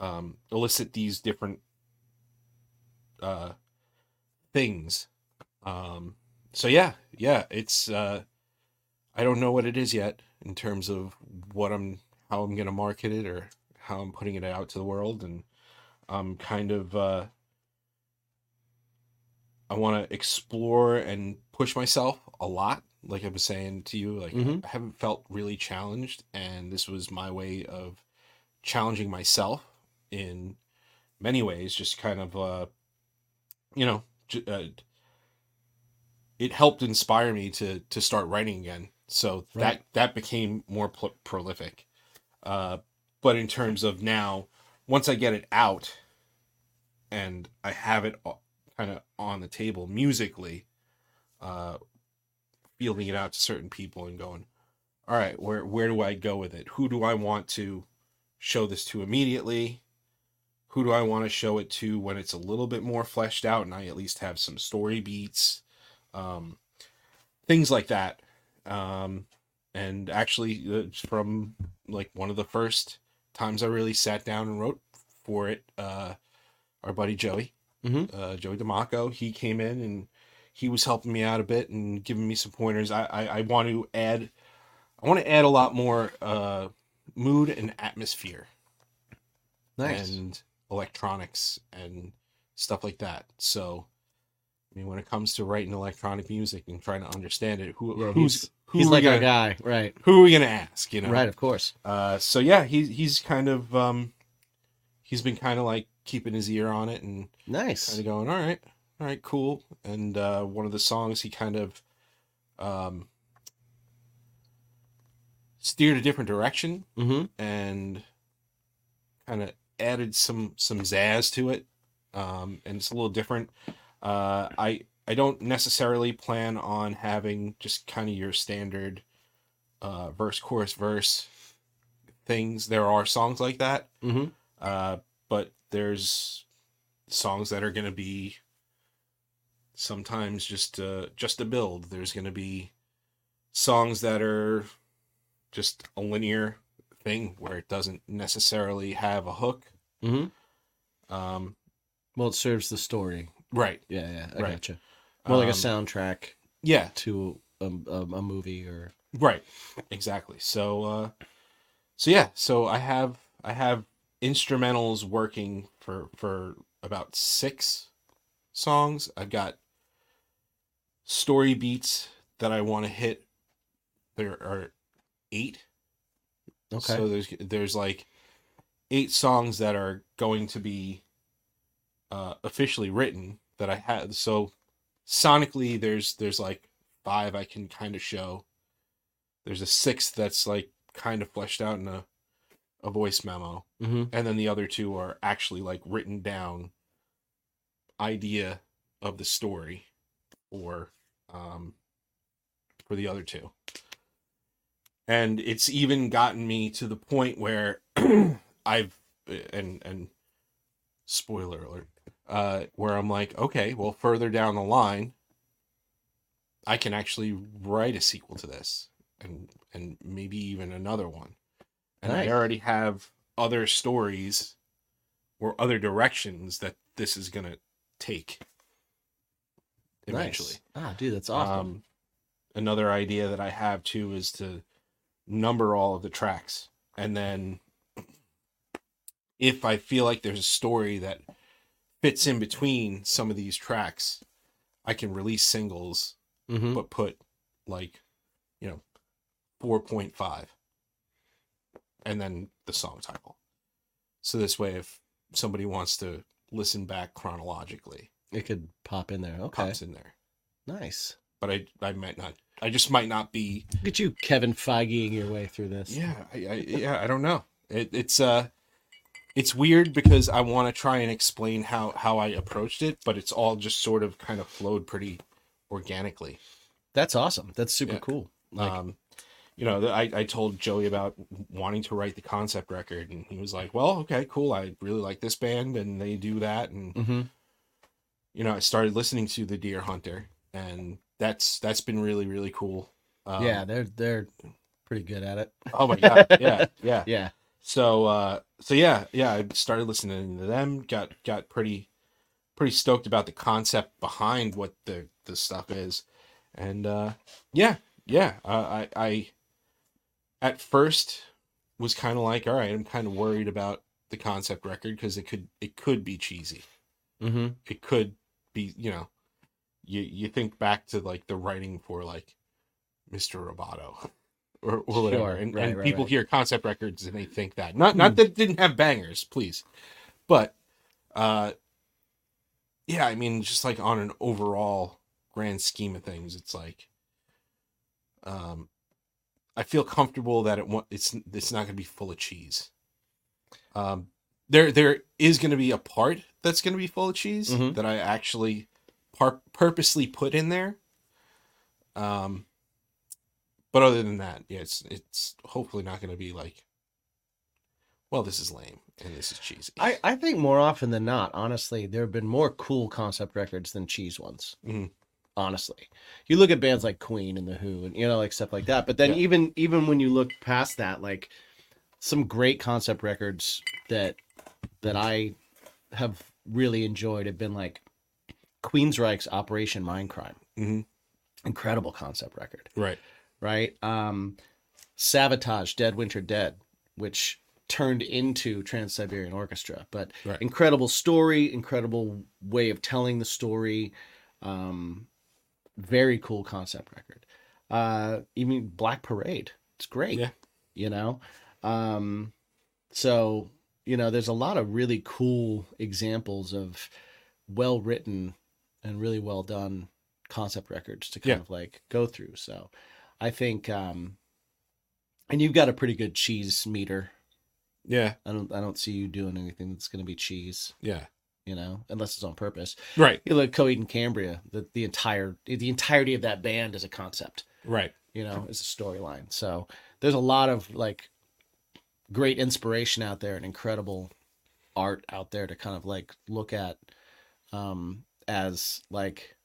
Speaker 1: um, elicit these different uh, things. Um, so yeah, yeah, it's uh, I don't know what it is yet in terms of what I'm how I'm gonna market it or how I'm putting it out to the world, and I'm kind of uh, I want to explore and push myself a lot. Like I was saying to you, like
Speaker 9: Mhm.
Speaker 1: I haven't felt really challenged, and this was my way of challenging myself in many ways just kind of uh you know j- uh, it helped inspire me to to start writing again so that that became more pl- prolific uh but in terms of now once i get it out and i have it kind of on the table musically uh fielding it out to certain people and going all right where where do i go with it who do i want to show this to immediately? Who do I want to show it to when it's a little bit more fleshed out and I at least have some story beats? Um, things like that. Um, and actually, it's from like one of the first times I really sat down and wrote for it, uh, our buddy Joey,
Speaker 9: Mhm.
Speaker 1: uh, Joey DiMacco, he came in and he was helping me out a bit and giving me some pointers. I, I, I want to add, I want to add a lot more uh, mood and atmosphere and electronics and stuff like that. So, I mean, when it comes to writing electronic music and trying to understand it, who
Speaker 9: Yeah,
Speaker 1: who's who
Speaker 9: He's
Speaker 1: are we
Speaker 9: like our
Speaker 1: gonna,
Speaker 9: guy, right?
Speaker 1: who are we gonna ask? You know,
Speaker 9: Right, of course.
Speaker 1: Uh, so yeah, he's he's kind of um, he's been kind of like keeping his ear on it and kind
Speaker 9: Nice.
Speaker 1: of going, all right, all right, cool. And uh, one of the songs he kind of um, steered a different direction
Speaker 9: Mm-hmm.
Speaker 1: and kind of added some some zazz to it um and it's a little different uh i i don't necessarily plan on having just kind of your standard uh verse chorus verse things there are songs like that
Speaker 9: Mm-hmm.
Speaker 1: uh, but there's songs that are going to be sometimes just uh, just a build. There's going to be songs that are just a linear thing where it doesn't necessarily have a hook.
Speaker 9: Mm-hmm.
Speaker 1: Um,
Speaker 9: Well, it serves the story.
Speaker 1: right.
Speaker 9: Yeah, yeah, I
Speaker 1: Right.
Speaker 9: gotcha. More like a
Speaker 1: Um,
Speaker 9: soundtrack
Speaker 1: Yeah.
Speaker 9: to a, a, a movie or
Speaker 1: Right. Exactly. So uh so yeah, so I have I have instrumentals working for for about 6 songs. I've got story beats that I want to hit. There are 8.
Speaker 9: okay.
Speaker 1: So there's there's like 8 songs that are going to be uh officially written that I have. So sonically there's there's like 5 I can kind of show there's a sixth that's like kind of fleshed out in a, a voice memo
Speaker 9: mm-hmm.
Speaker 1: and then the other two are actually like written down idea of the story or um for the other two and it's even gotten me to the point where i've and and spoiler alert uh where i'm like okay well further down the line i can actually write a sequel to this and and maybe even another one and
Speaker 9: Nice.
Speaker 1: i already have other stories or other directions that this is gonna take eventually
Speaker 9: Nice. Ah, dude, that's awesome.
Speaker 1: um, another idea that I have too is to number all of the tracks, and then if I feel like there's a story that fits in between some of these tracks, I can release singles,
Speaker 9: Mhm.
Speaker 1: but put like, you know, 4.5 and then the song title. So this way, if somebody wants to listen back chronologically,
Speaker 9: It could pop in there. Okay.
Speaker 1: pops in there.
Speaker 9: Nice.
Speaker 1: But I, I might not, I just might not be
Speaker 9: Look at you, Kevin Feigeing your way through this.
Speaker 1: Yeah, I, I yeah, I don't know. It, it's uh it's weird because I want to try and explain how how I approached it, but it's all just sort of kind of flowed pretty organically.
Speaker 9: That's awesome. That's super
Speaker 1: Yeah.
Speaker 9: cool. Like,
Speaker 1: um you know, I, I told Joey about wanting to write the concept record, and he was like, "Well, okay, cool. I really like this band, and they do that." And
Speaker 9: mhm.
Speaker 1: you know, I started listening to the Deer Hunter, and that's that's been really really cool. Um,
Speaker 9: yeah, they're they're pretty good at it.
Speaker 1: Oh my god. Yeah. Yeah.
Speaker 9: Yeah.
Speaker 1: so uh so yeah yeah i started listening to them got got pretty pretty stoked about the concept behind what the the stuff is and uh yeah yeah uh, i i at first was kind of like all right i'm kind of worried about the concept record because it could it could be cheesy
Speaker 9: Mm-hmm.
Speaker 1: it could be you know you you think back to like the writing for like mr roboto or, or whatever
Speaker 9: Sure,
Speaker 1: and,
Speaker 9: right,
Speaker 1: and
Speaker 9: right,
Speaker 1: people
Speaker 9: right. Hmm.
Speaker 1: hear concept records and they think that not not that it didn't have bangers please but uh yeah i mean just like on an overall grand scheme of things it's like um i feel comfortable that it wa- it's it's not going to be full of cheese um there there is going to be a part that's going to be full of cheese
Speaker 9: Mhm.
Speaker 1: that I actually par- purposely put in there. Um, but other than that, yeah, it's it's hopefully not going to be like, well, this is lame and this is cheesy.
Speaker 9: I, I think more often than not, honestly, there have been more cool concept records than cheese ones.
Speaker 1: Mhm.
Speaker 9: Honestly, you look at bands like Queen and The Who, and you know, like stuff like that. But then
Speaker 1: Yeah.
Speaker 9: even even when you look past that, like some great concept records that that I have really enjoyed have been like Queensryche's Operation Mindcrime,
Speaker 1: Mhm.
Speaker 9: incredible concept record
Speaker 1: right,
Speaker 9: right? Um, Sabotage, Dead Winter Dead, which turned into Trans Siberian Orchestra, but
Speaker 1: Right.
Speaker 9: incredible story, incredible way of telling the story. Um, very cool concept record. Uh, even Black Parade, it's great.
Speaker 1: Yeah.
Speaker 9: You know, um, so you know, there's a lot of really cool examples of well written and really well done concept records to kind
Speaker 1: Yeah.
Speaker 9: of like go through. So I think um and you've got a pretty good cheese meter.
Speaker 1: yeah,
Speaker 9: I don't I don't see you doing anything that's gonna be cheese,
Speaker 1: yeah,
Speaker 9: you know, unless it's on purpose.
Speaker 1: right,
Speaker 9: You look at Coed and Cambria, the, the entire the entirety of that band is a concept,
Speaker 1: right,
Speaker 9: you know, is a storyline. So there's a lot of like great inspiration out there and incredible art out there to kind of like look at um as like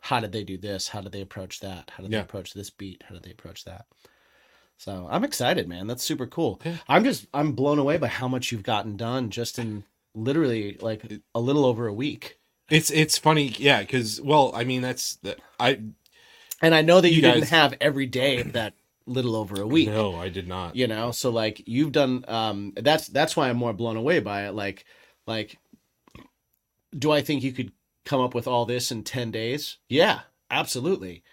Speaker 9: how did they do this? How did they approach that? How did
Speaker 1: Yeah.
Speaker 9: they approach this beat? How did they approach that? So I'm excited, man. That's super cool.
Speaker 1: Yeah.
Speaker 9: I'm just I'm blown away by how much you've gotten done just in literally like a little over a week.
Speaker 1: It's it's funny, yeah, because well, I mean that's that I
Speaker 9: And I know that you,
Speaker 1: You
Speaker 9: didn't
Speaker 1: guys-
Speaker 9: have every day of that little over a week.
Speaker 1: no, I did not.
Speaker 9: you know so like you've done um that's that's why i'm more blown away by it like like do i think you could come up with all this in 10 days yeah absolutely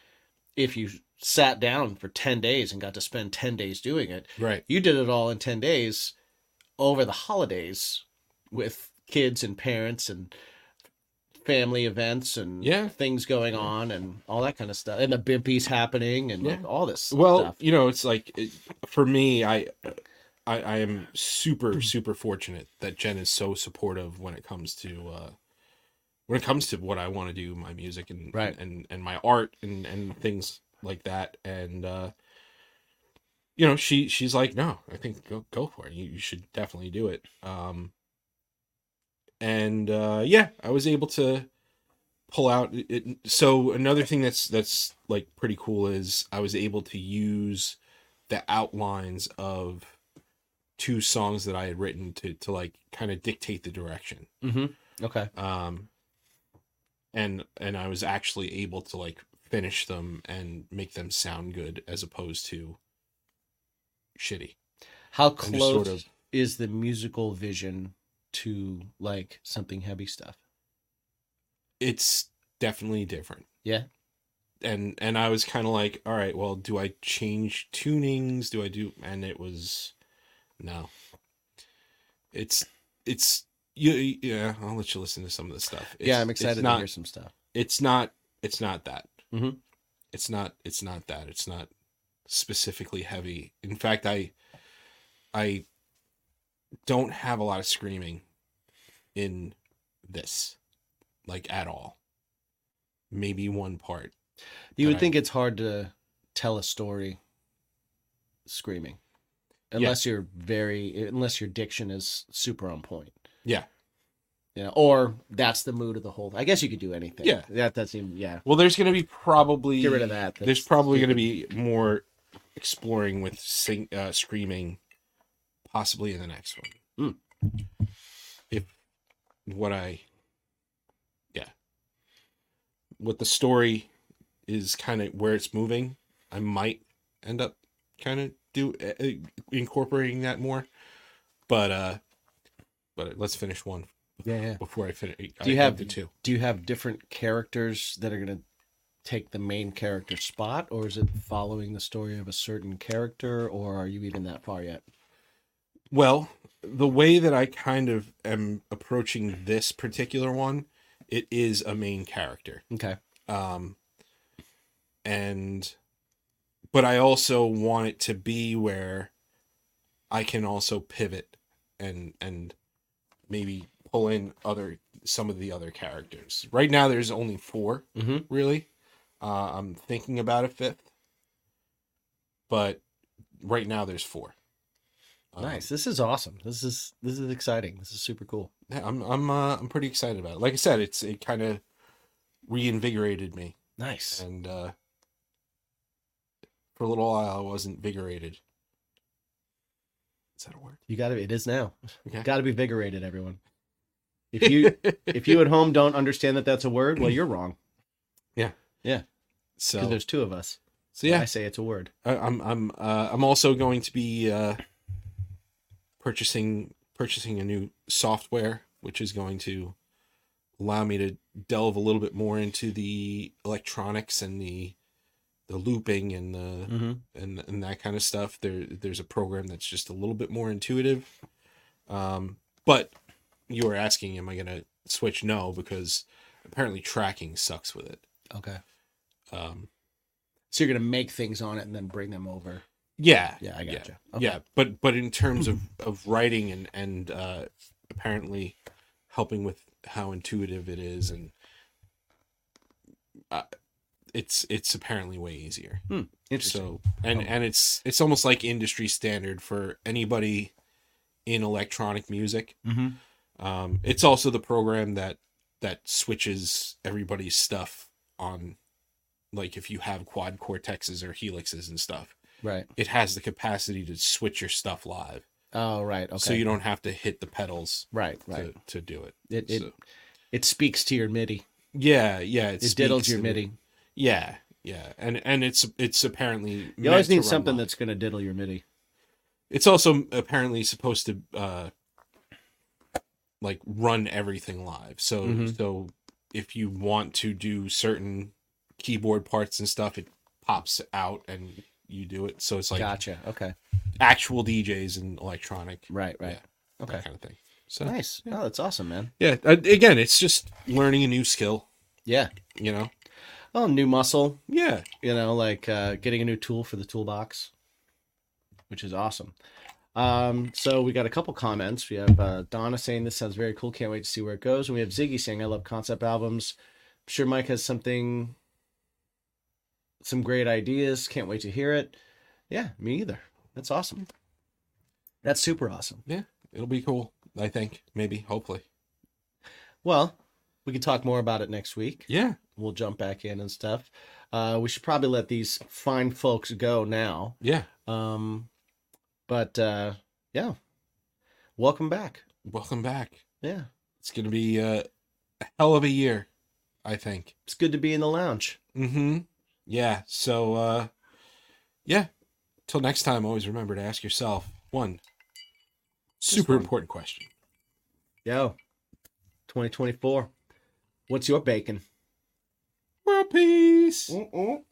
Speaker 9: if you sat down for 10 days and got to spend 10 days doing it
Speaker 1: Right,
Speaker 9: you did it all in 10 days over the holidays with kids and parents and family events and
Speaker 1: Yeah.
Speaker 9: things going on and all that kind of stuff and the bimpies happening and like all this
Speaker 1: well
Speaker 9: stuff.
Speaker 1: you know it's like it, for me I, I i am super super fortunate that jen is so supportive when it comes to uh when it comes to what i want to do my music and
Speaker 9: Right.
Speaker 1: and and my art and and things like that and uh you know she she's like no i think go go for it you, you should definitely do it um and uh yeah i was able to pull out it, it- so another thing that's that's like pretty cool is i was able to use the outlines of two songs that i had written to to like kind of dictate the direction
Speaker 9: mm-hmm. okay
Speaker 1: um and and i was actually able to like finish them and make them sound good as opposed to shitty
Speaker 9: How
Speaker 1: I'm just
Speaker 9: close
Speaker 1: sort of-
Speaker 9: is the musical vision to like something heavy stuff?
Speaker 1: It's definitely different.
Speaker 9: Yeah.
Speaker 1: And and I was kind of like, all right, well, do I change tunings? Do I do? And it was, no. It's it's you yeah. I'll let you listen to some of this stuff. It's-
Speaker 9: yeah, I'm
Speaker 1: it's
Speaker 9: excited to
Speaker 1: not-
Speaker 9: hear some stuff.
Speaker 1: it's not it's not that
Speaker 9: Mhm.
Speaker 1: it's not it's not that it's not specifically heavy in fact i i don't have a lot of screaming in this like at all maybe one part
Speaker 9: You would
Speaker 1: Right.
Speaker 9: think it's hard to tell a story screaming, unless you're very, unless your diction is super on point.
Speaker 1: Yeah.
Speaker 9: You know, or that's the mood of the whole. I guess you could do anything.
Speaker 1: Yeah.
Speaker 9: that that seemed yeah.
Speaker 1: well there's gonna be probably
Speaker 9: Get rid of that.
Speaker 1: there's probably gonna be more exploring with sing, uh, screaming possibly in the next one
Speaker 9: Hmm.
Speaker 1: if what i yeah what the story is kind of where it's moving i might end up kind of do uh, uh, incorporating that more but uh but let's finish one
Speaker 9: yeah, yeah.
Speaker 1: before i finish
Speaker 9: Do you have
Speaker 1: the two
Speaker 9: Do you have different characters that are gonna take the main character spot, or is it following the story of a certain character, or are you even that far yet?
Speaker 1: Well, the way that I kind of am approaching this particular one, it is a main character.
Speaker 9: Okay.
Speaker 1: Um and but I also want it to be where I can also pivot and and maybe pull in other some of the other characters. Right now there's only 4
Speaker 9: Mhm.
Speaker 1: really. Uh I'm thinking about a fifth. But right now there's four. Um,
Speaker 9: Nice. This is awesome. This is this is exciting. This is super cool.
Speaker 1: yeah, I'm I'm uh, I'm pretty excited about it. Like I said, it's it kind of reinvigorated me,
Speaker 9: Nice.
Speaker 1: and uh, for a little while I wasn't invigorated. Is that a word?
Speaker 9: You got to. It is now.
Speaker 1: Okay.
Speaker 9: Got to be vigorated, everyone. If you if you at home don't understand that that's a word, well, you're wrong.
Speaker 1: so
Speaker 9: 'Cause there's two of us.
Speaker 1: so yeah,
Speaker 9: I say it's a word.
Speaker 1: I, I'm I'm uh, I'm also going to be uh, purchasing purchasing a new software, which is going to allow me to delve a little bit more into the electronics and the the looping and the
Speaker 9: Mm-hmm.
Speaker 1: and and that kind of stuff. There there's a program that's just a little bit more intuitive. Um, but you were asking, am I gonna switch? No, because apparently tracking sucks with it.
Speaker 9: Okay.
Speaker 1: Um,
Speaker 9: So you're gonna make things on it and then bring them over.
Speaker 1: yeah,
Speaker 9: Yeah, I gotcha.
Speaker 1: Yeah,
Speaker 9: Okay.
Speaker 1: yeah, but but in terms of of writing and and uh, apparently helping with how intuitive it is and. Uh, it's it's apparently way easier.
Speaker 9: Interesting.
Speaker 1: so and and it's it's almost like industry standard for anybody in electronic music
Speaker 3: Mhm.
Speaker 9: Mm-hmm.
Speaker 1: um it's also the program that that switches everybody's stuff on like if you have quad cortexes or helixes and stuff
Speaker 9: right.
Speaker 1: it has the capacity to switch your stuff live
Speaker 9: Oh, right. Okay.
Speaker 1: so you don't have to hit the pedals
Speaker 9: right. Right.
Speaker 1: to, to do it
Speaker 9: It it,
Speaker 1: so-
Speaker 9: it speaks to your MIDI.
Speaker 1: yeah yeah
Speaker 9: It diddles
Speaker 1: speaks
Speaker 9: your
Speaker 1: and-
Speaker 9: MIDI.
Speaker 1: yeah yeah and and it's it's apparently
Speaker 9: You always
Speaker 1: meant to
Speaker 9: need
Speaker 1: run
Speaker 9: something
Speaker 1: live.
Speaker 9: that's gonna diddle your MIDI.
Speaker 1: it's also apparently supposed to uh like run everything live so
Speaker 9: Mhm.
Speaker 1: so if you want to do certain keyboard parts and stuff it pops out and you do it so it's like
Speaker 9: gotcha. Okay.
Speaker 1: actual djs and electronic
Speaker 9: Right. Right.
Speaker 1: that
Speaker 9: Okay.
Speaker 1: kind of thing so
Speaker 9: Nice. Oh, that's awesome, man.
Speaker 1: yeah a- again it's just learning a new skill
Speaker 9: Yeah.
Speaker 1: you know
Speaker 9: Oh, new muscle.
Speaker 1: yeah
Speaker 9: you know, like uh, getting a new tool for the toolbox, which is awesome. Um, so we got a couple comments. We have uh, Donna saying this sounds very cool. Can't wait to see where it goes. And we have Ziggy saying I love concept albums. I'm sure Mike has something, some great ideas. Can't wait to hear it. Yeah, me either. That's awesome. That's super awesome.
Speaker 1: yeah it'll be cool i think maybe hopefully
Speaker 9: Well, we can talk more about it next week.
Speaker 1: yeah
Speaker 9: We'll jump back in and stuff. Uh, we should probably let these fine folks go now.
Speaker 1: yeah
Speaker 9: Um, but uh, yeah, welcome back.
Speaker 1: welcome back
Speaker 9: Yeah,
Speaker 1: it's gonna be uh, a hell of a year i think
Speaker 9: it's good to be in the lounge.
Speaker 1: Mm-hmm. Yeah. So uh yeah. Till next time, always remember to ask yourself one super important question.
Speaker 9: Yo, 2024. What's your bacon?
Speaker 1: World peace.
Speaker 9: Mm-mm.